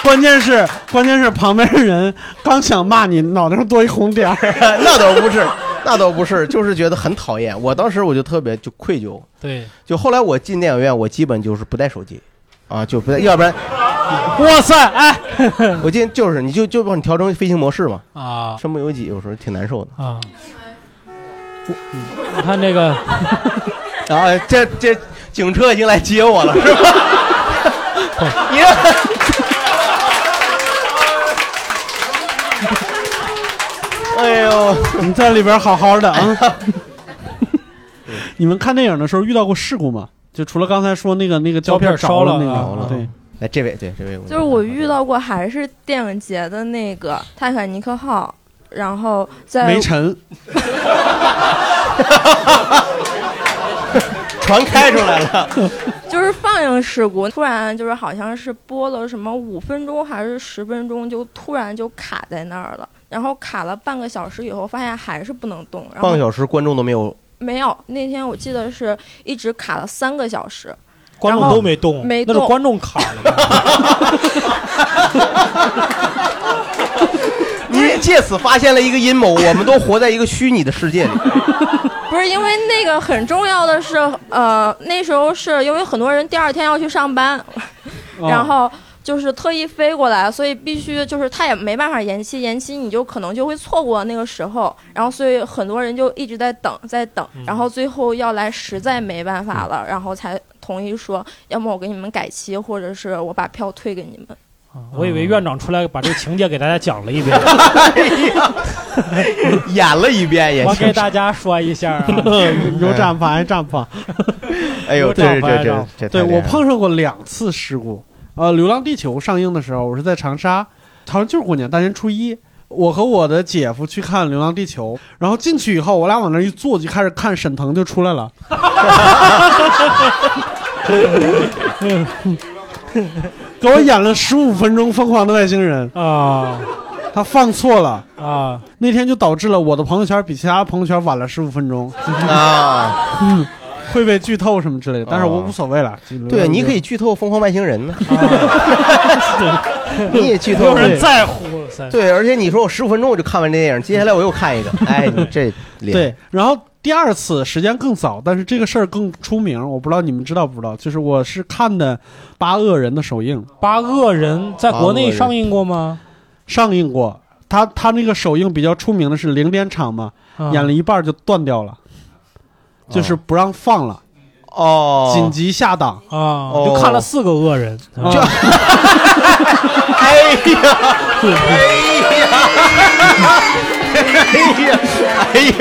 Speaker 2: 关键是，关键是旁边的人刚想骂你，脑袋上 多一红点儿。
Speaker 4: 那倒不是，那倒不是，就是觉得很讨厌。我当时我就特别就愧疚，
Speaker 3: 对，
Speaker 4: 就后来我进电影院，我基本就是不带手机，啊，就不 带，要不然，
Speaker 2: 哇塞，哎，
Speaker 4: 我进就是你就就帮你调成飞行模式嘛，
Speaker 3: 啊，
Speaker 4: 身不由己，有时候挺难受的
Speaker 3: 啊。你看这个，
Speaker 4: 然后啊这这警车已经来接我了，是吧？你哎呦，哎
Speaker 2: 你在里边好好的啊！ 你们看电影的时候遇到过事故吗？就除了刚才说那个那个胶片
Speaker 3: 胶片烧
Speaker 2: 着
Speaker 3: 了啊着
Speaker 2: 那个，
Speaker 3: 了
Speaker 2: 对，
Speaker 4: 哎，这位对这位，
Speaker 10: 就是我遇到过还是电影节的那个泰坦尼克号，然后在
Speaker 2: 没 沉，
Speaker 4: 船开出来了。
Speaker 10: 就是放映事故，突然就是好像是播了什么五分钟还是十分钟，就突然就卡在那儿了。然后卡了半个小时以后，发现还是不能动。然后
Speaker 4: 半个小时观众都没有，
Speaker 10: 没有，那天我记得是一直卡了三个小时，
Speaker 3: 观众
Speaker 10: 然后
Speaker 3: 都没动，
Speaker 10: 没
Speaker 3: 那
Speaker 10: 动，
Speaker 3: 是观众卡了。
Speaker 4: 你也借此发现了一个阴谋，我们都活在一个虚拟的世界里。
Speaker 10: 不是因为那个很重要的是，呃，那时候是因为很多人第二天要去上班，
Speaker 6: 哦
Speaker 10: 然后就是特意飞过来，所以必须就是他也没办法延期，延期你就可能就会错过那个时候，然后所以很多人就一直在等，在等，然后最后要来实在没办法了，然后才同意说，要么我给你们改期，或者是我把票退给你们。
Speaker 3: 我以为院长出来把这个情节给大家讲了一遍，
Speaker 4: 演了一遍也
Speaker 3: 我
Speaker 4: 行
Speaker 3: 给大家说一下啊，
Speaker 2: 有绽放还绽放。
Speaker 4: 哎呦，这
Speaker 2: 对
Speaker 4: 是这这这
Speaker 2: 对
Speaker 4: 太厉
Speaker 2: 我
Speaker 4: 害了
Speaker 2: 碰上过两次事故。呃，《流浪地球》上映的时候，我是在长沙，好像就是过年大年初一，我和我的姐夫去看《流浪地球》，然后进去以后，我俩往那儿一坐，就开始看沈腾就出来了。 给我演了十五分钟《疯狂的外星人》
Speaker 3: 啊，
Speaker 2: 他放错了
Speaker 3: 啊，
Speaker 2: 那天就导致了我的朋友圈比其他朋友圈晚了十五分钟
Speaker 4: 啊，
Speaker 2: 嗯 会被剧透什么之类的，但是我无所谓了。
Speaker 4: 对，啊你可以剧透《疯狂外星人》呢，
Speaker 3: 啊
Speaker 4: 你也剧透，
Speaker 2: 没有人在
Speaker 3: 乎对
Speaker 4: 对，而且你说我十五分钟我就看完这电影，接下来我又看一个，哎，你 这脸
Speaker 2: 对，然后第二次时间更早，但是这个事儿更出名，我不知道你们知道不知道，就是我是看的《八恶人》的首映，《
Speaker 3: 八恶人》在国内上映过吗？
Speaker 2: 上映过，他他那个首映比较出名的是零点场嘛，
Speaker 3: 啊
Speaker 2: 演了一半就断掉了，就是不让放了，
Speaker 4: 哦
Speaker 2: 紧急下档
Speaker 3: 啊就看了四个恶人，
Speaker 2: 就
Speaker 4: 哎呀，哎呀，哎呀，哎呦，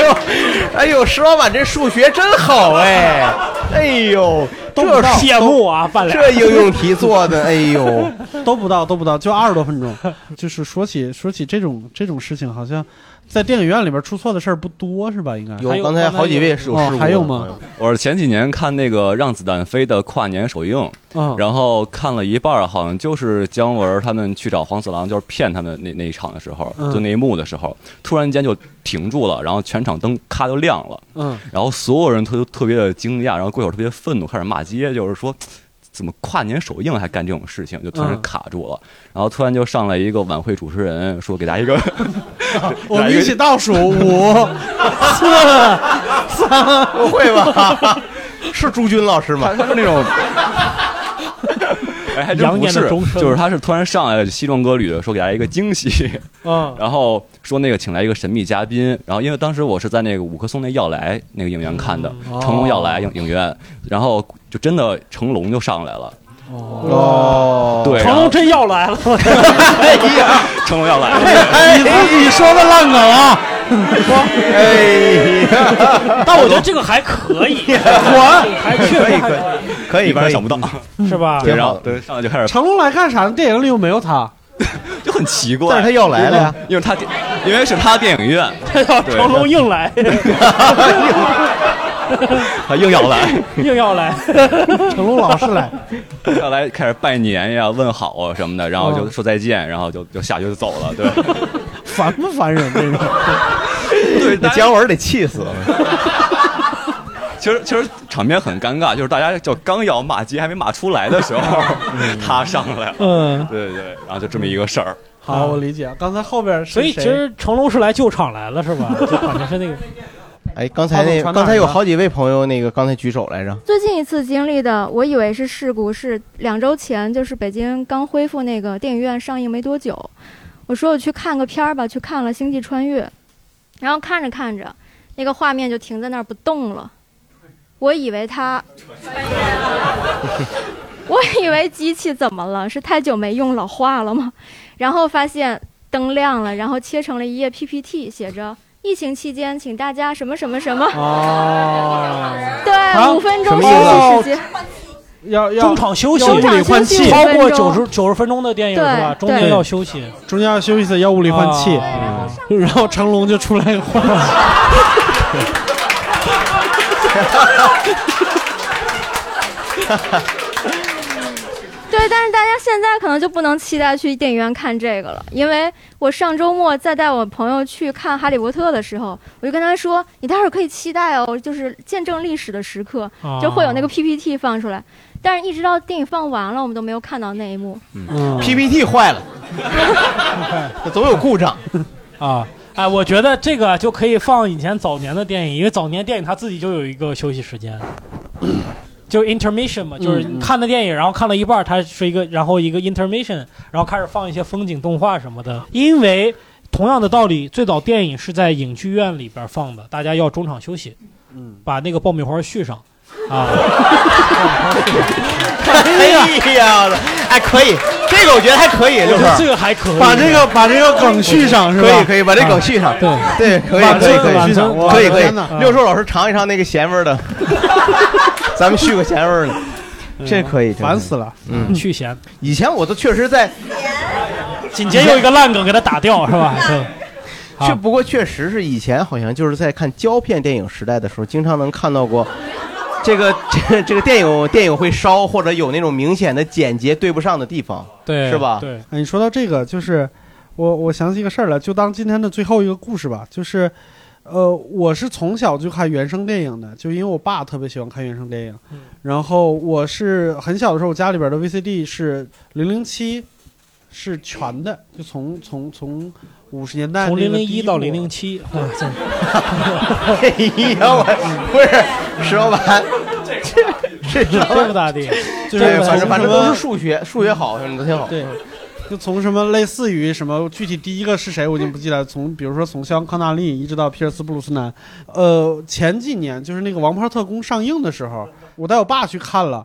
Speaker 4: 哎呦，石老板这数学真好哎，哎呦，这
Speaker 3: 谢幕啊，半
Speaker 4: 这应用题做 的，哎呦，
Speaker 2: 都不到，都不到，就二十多分钟。就是说起说起这种这种事情，好像在电影院里边出错的事儿不多，是吧？应该
Speaker 4: 有刚才好几位是有事故
Speaker 2: 哦还有吗？
Speaker 14: 我是前几年看那个《让子弹飞》的跨年首映，
Speaker 2: 嗯
Speaker 14: 然后看了一半儿，好像就是姜文他们去找黄四郎，就是骗他们那那一场的时候，
Speaker 1: 嗯
Speaker 14: 就那一幕的时候，突然间就停住了，然后全场灯咔就亮了，
Speaker 2: 嗯，
Speaker 14: 然后所有人都特别的惊讶，然后贵友特别愤怒，开始骂街，就是说。怎么跨年首映还干这种事情，就突然
Speaker 2: 嗯
Speaker 14: 卡住了，然后突然就上来一个晚会主持人，说给大家一个
Speaker 2: 我们一起倒数五、四、三，
Speaker 4: 不会吧？是朱军老师吗？
Speaker 14: 他是那种哎，还真
Speaker 4: 羊
Speaker 14: 不
Speaker 4: 年的
Speaker 14: 是
Speaker 4: 钟，声
Speaker 14: 就是他是突然上来西装革履的说给大家一个惊喜，
Speaker 2: 嗯，
Speaker 14: 然后说那个请来一个神秘嘉宾，然后因为当时我是在那个五棵松那耀来那个影院看的，
Speaker 1: 哦
Speaker 14: 成龙耀来影影院，然后就真的成龙就上来了，
Speaker 4: 哦
Speaker 14: 对，啊
Speaker 3: 成
Speaker 14: 然后
Speaker 3: 龙真要来了，
Speaker 4: 嗯
Speaker 14: 成龙耀来了，
Speaker 2: 哎你自己说的烂梗啊！
Speaker 4: 哎
Speaker 3: 但我觉得这个还可以，
Speaker 2: 我
Speaker 3: 还确实还
Speaker 4: 可以，嗯
Speaker 14: 一般人想不到，
Speaker 3: 是吧？
Speaker 14: 对，然后对上来就开始
Speaker 2: 成龙来干啥？电影里又没有他，
Speaker 14: 就很奇怪，
Speaker 2: 但是他要来了呀，
Speaker 14: 因为他因为是他电影院，对
Speaker 3: 成龙硬来，
Speaker 14: 他硬要来，
Speaker 3: 硬要来，
Speaker 2: 成龙老是来，
Speaker 14: 要来开始拜年呀、问好啊什么的，然后就
Speaker 2: 哦
Speaker 14: 说再见，然后就就下去就走了，对。
Speaker 2: 烦不烦人？这个
Speaker 14: 对，
Speaker 4: 那姜文得气死。
Speaker 14: 其实其实场面很尴尬，就是大家就刚要骂街还没骂出来的时候，他上来了，
Speaker 3: 嗯
Speaker 14: 对对对，然后就这么一个事儿。
Speaker 2: 好，我理解。啊刚才后边是
Speaker 3: 所以其
Speaker 2: 谁
Speaker 3: 实成龙是来救场来了，是 吧？就好像是那个，
Speaker 4: 哎，刚才那
Speaker 3: 传达
Speaker 4: 刚才有
Speaker 3: 一下
Speaker 4: 好几位朋友那个刚才举手来着，
Speaker 15: 最近一次经历的，我以为是事故，是两周前，就是北京刚恢复那个电影院上映没多久，我说我去看个片儿吧，去看了《星际穿越》，然后看着看着，那个画面就停在那儿不动了，我以为它， 我以为机器怎么了？是太久没用老化了吗？然后发现灯亮了，然后切成了一页 PPT，写着。疫情期间，请大家什么什么什么，
Speaker 2: 哦，
Speaker 15: 对，
Speaker 2: 啊
Speaker 15: 五分钟
Speaker 2: 什
Speaker 15: 休
Speaker 2: 么意思哦
Speaker 15: 息时间。
Speaker 2: 要要
Speaker 3: 中场休息，
Speaker 2: 要物理换气，
Speaker 3: 超过九十九十分钟的电影是吧？中
Speaker 2: 对
Speaker 3: 间要休息，啊
Speaker 2: 中间要休息一次，要物理换气，然后成龙就出来换气。
Speaker 15: 对，但是大家现在可能就不能期待去电影院看这个了，因为我上周末再带我朋友去看《哈利波特》的时候，我就跟他说：“你待会儿可以期待哦，就是见证历史的时刻，
Speaker 2: 啊
Speaker 15: 就会有那个 PPT 放出来。”但是，一直到电影放完了，我们都没有看到那一幕。
Speaker 2: 嗯
Speaker 4: PPT 坏了，总有故障
Speaker 3: 啊。哎，我觉得这个就可以放以前早年的电影，因为早年电影它自己就有一个休息时 间，就是 intermission 嘛，就是
Speaker 2: 嗯
Speaker 3: 你看的电影，然后看了一半儿，它是一个，然后一个 intermission，然后开始放一些风景动画什么的。因为同样的道理，最早电影是在影剧院里边放的，大家要中场休息，
Speaker 2: 嗯，
Speaker 3: 把那个爆米花续上啊。
Speaker 4: 哎呀，哎，可以，这个我觉得还可以，就是
Speaker 3: 这个还可以，
Speaker 2: 把这个把这个梗续上是吧？啊
Speaker 4: 可以可以把这梗续上
Speaker 2: 对
Speaker 4: 对，可以
Speaker 2: 把
Speaker 4: 可以
Speaker 2: 这
Speaker 4: 可
Speaker 2: 个
Speaker 4: 以
Speaker 2: 续上我
Speaker 4: 可以可以
Speaker 2: 天哪。
Speaker 4: 六兽老师尝一尝那个咸味儿的， 咱们续个咸味儿的，这可以，
Speaker 2: 嗯烦死了。
Speaker 4: 嗯，
Speaker 3: 去咸。
Speaker 4: 以前我都确 实在，
Speaker 3: 紧接有一个烂梗给他打
Speaker 2: 哦
Speaker 3: 掉是吧？
Speaker 2: 嗯
Speaker 3: 对
Speaker 4: 确不过确实是以前好像就是在看胶片电影时代的时候，经常能看到过。这个这个这个电影电影会烧，或者有那种明显的剪辑对不上的地方，是吧？
Speaker 3: 对，
Speaker 2: 哎，你说到这个，就是我我想起一个事儿来，就当今天的最后一个故事吧。就是，呃，我是从小就看原声电影的，就因为我爸特别喜欢看原声电影。
Speaker 3: 嗯
Speaker 2: 然后我是很小的时候，我家里边的 VCD 是零零七，是全的，就从从从五十年代
Speaker 3: 从
Speaker 2: 那个
Speaker 3: 001
Speaker 2: 第啊
Speaker 3: 到
Speaker 2: 波
Speaker 3: 007哇 塞
Speaker 4: 哎呀，我不是石老板，这这
Speaker 3: 这不咋地，
Speaker 2: 就是
Speaker 4: 对，反正反正都是
Speaker 2: 数。
Speaker 4: 数学，数学好，什么都挺好。
Speaker 2: 对，就从什么类似于什么具体第一个是谁我已经不记得，从比如说从肖恩康纳利一直到皮尔斯布鲁斯南，呃，前几年就是那个《王牌特工》上映的时候，我带我爸去看了，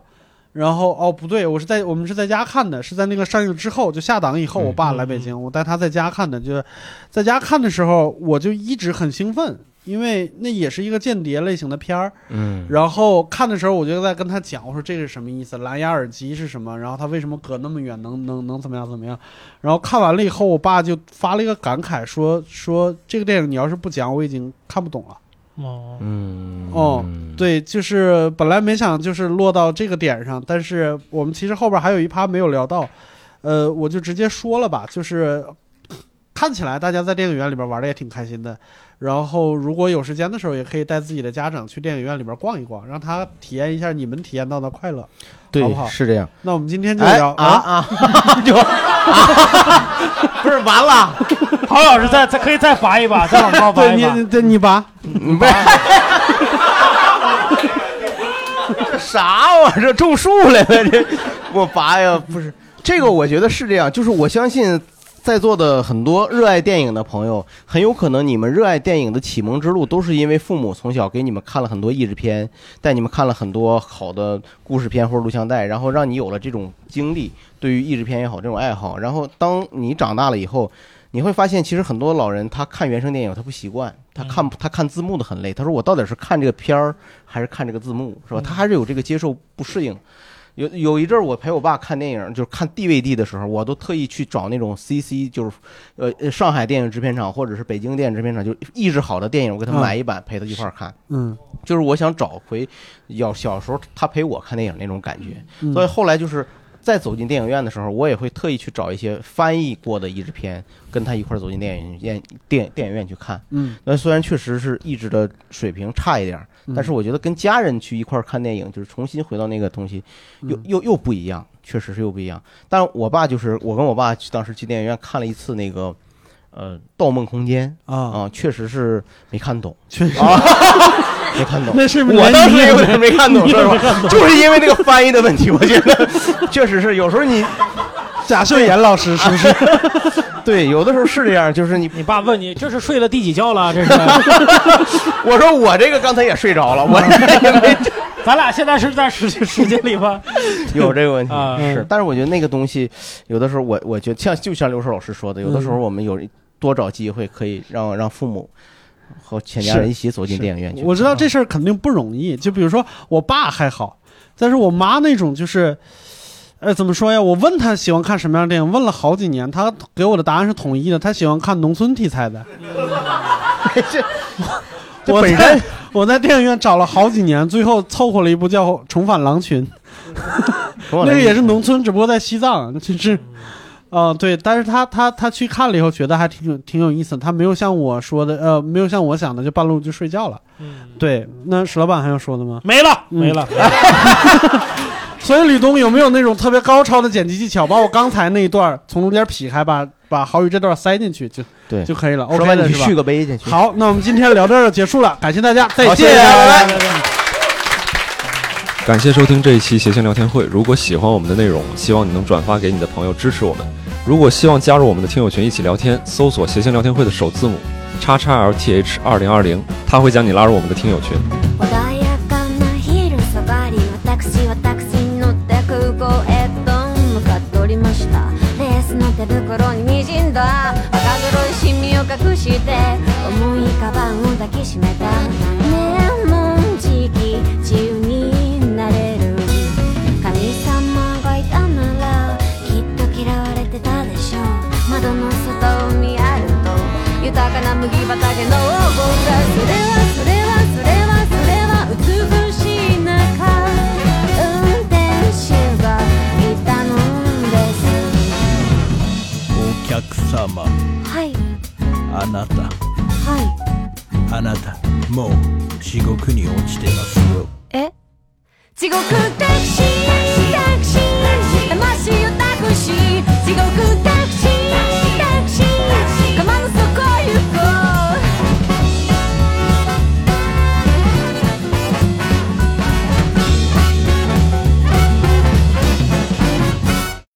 Speaker 2: 然后哦不对，我是在我们是在家看的，是在那个上映之后就下档以后，我爸来北京，我带他在家看的，就是在家看的时候，我就一直很兴奋，因为那也是一个间谍类型的片儿。
Speaker 4: 嗯
Speaker 2: 然后看的时候，我就在跟他讲，我说这个是什么意思，蓝牙耳机是什么，然后他为什么隔那么远，能能能怎么样怎么样？然后看完了以后，我爸就发了一个感慨说说这个电影你要是不讲，我已经看不懂了。
Speaker 3: 哦，
Speaker 4: 嗯，
Speaker 2: 哦，对，就是本来没想就是落到这个点上，但是我们其实后边还有一趴没有聊到，呃，我就直接说了吧，就是看起来大家在电影院里边玩的也挺开心的，然后如果有时间的时候，也可以带自己的家长去电影院里边逛一逛，让他体验一下你们体验到的快乐，
Speaker 4: 对
Speaker 2: 好不好？
Speaker 4: 是这样。
Speaker 2: 那我们今天就
Speaker 4: 哎
Speaker 2: 聊、
Speaker 4: 啊啊， 就啊 不是完 了，
Speaker 3: 郝老师再再可以再拔一把，再往 高拔
Speaker 2: 对
Speaker 3: 一把。
Speaker 2: 你，对你拔，
Speaker 4: 你拔。 这啥玩意儿？这种树来了？这我拔呀，不是这个，我觉得是这样，就是我相信。在座的很多热爱电影的朋友，很有可能你们热爱电影的启蒙之路，都是因为父母从小给你们看了很多译制片，带你们看了很多好的故事片或者录像带，然后让你有了这种经历，对于译制片也好，这种爱好。然后当你长大了以后，你会发现，其实很多老人他看原声电影他不习惯，他看他看字幕的很累。他说我到底是看这个片儿还是看这个字幕，是吧？他还是有这个接受不适应。有有一阵儿，我陪我爸看电影，就是看 DVD 的时候，我都特意去找那种 CC，就是呃呃上海电影制片厂或者是北京电影制片厂，就是译制好的电影，我给他买一版，陪他一块儿看。
Speaker 2: 嗯，
Speaker 4: 就是我想找回要小时候他陪我看电影那种感觉。
Speaker 2: 嗯
Speaker 4: 所以后来就是再走进电影院的时候，我也会特意去找一些翻译过的译制片，跟他一块儿走进电影院电电影院去看。
Speaker 2: 嗯，
Speaker 4: 那虽然确实是译制的水平差一点儿，
Speaker 2: 嗯
Speaker 4: 但是我觉得跟家人去一块儿看电影，就是重新回到那个东西，又
Speaker 2: 嗯
Speaker 4: 又又不一样，确实是又不一样。但我爸就是我跟我爸去当时去电影院看了一次那个。呃，《盗梦空间》
Speaker 2: 啊
Speaker 4: 确实是没看懂，
Speaker 2: 确
Speaker 4: 实啊，没看懂。
Speaker 2: 那是
Speaker 4: 我当时
Speaker 2: 连你也
Speaker 4: 有点没看懂，
Speaker 2: 你也
Speaker 4: 说实
Speaker 2: 没看
Speaker 4: 话，
Speaker 2: 懂
Speaker 4: 就是因为那个翻译的问题，我觉得确实是有时 候你
Speaker 2: 贾秀妍老师是不是？
Speaker 4: 对，有的时候是这样，就是你
Speaker 3: 你爸问 你这是睡了第几觉了？这是，
Speaker 4: 我说我这个刚才也睡着 了，我
Speaker 3: 咱俩现在是在时时间里吧？
Speaker 4: 有这个问题
Speaker 3: 啊
Speaker 2: 嗯
Speaker 4: 是，但是我觉得那个东西，有的时候我我觉得像就像刘硕老师说的，有的时候
Speaker 2: 嗯
Speaker 4: 我们有多找机会可以让让父母和全家人一起走进电影院去。
Speaker 2: 我知道这事儿肯定不容易，就比如说我爸还好，但是我妈那种就是，呃，怎么说呀？我问她喜欢看什么样的电影，问了好几年，她给我的答案是统一的，她喜欢看农村题材的。
Speaker 4: 这
Speaker 2: 我
Speaker 4: 本
Speaker 2: 在
Speaker 4: 身
Speaker 2: 我在电影院找了好几年，最后凑合了一部叫《重返狼群》，
Speaker 4: 返狼群
Speaker 2: 那个也是农村，只不过在西藏，就是。哦、对，但是他他他去看了以后，觉得还挺有挺有意思的。他没有像我说的，呃，没有像我想的，就半路就睡觉了。对，那史老板还有说的吗？
Speaker 3: 嗯没了，
Speaker 2: 嗯
Speaker 3: 没了。
Speaker 2: 所以吕东有没有那种特别高超的剪辑技巧，把我刚才那一段从中间劈开，把把郝宇这段塞进去就
Speaker 4: 对
Speaker 2: 就可以了。
Speaker 4: 说
Speaker 2: OK
Speaker 4: 完
Speaker 2: 了，
Speaker 4: 你
Speaker 2: 是吧
Speaker 4: 续个杯去。去
Speaker 2: 好，那我们今天聊到这儿结束了，感谢大家，再
Speaker 4: 好谢
Speaker 2: 见，
Speaker 4: 谢大家拜拜
Speaker 1: 感谢收听这一期谐星聊天会。如果喜欢我们的内容，希望你能转发给你的朋友支持我们。如果希望加入我们的听友群一起聊天，搜索“谐星聊天会”的首字母叉叉 LTH 二零二零，他会将你拉入我们的听友群。
Speaker 13: 穏やかな昼下がり私はタクシーに乗って空港へと向かっておりましたレースの手袋に滲んだ赤黒いシミを隠して重いカバンを抱きしめた名門時期自由になれる神様がいたならきっと嫌われてたでしょう窓の外を見歩くと豊かな麦畑の黄金がそれはそれはそれはそれは美しい中運転手がいたので
Speaker 16: お客様
Speaker 13: すはい
Speaker 16: あなた
Speaker 13: はい
Speaker 16: あなたもう地獄に落ちてますよ
Speaker 13: え地獄タクシー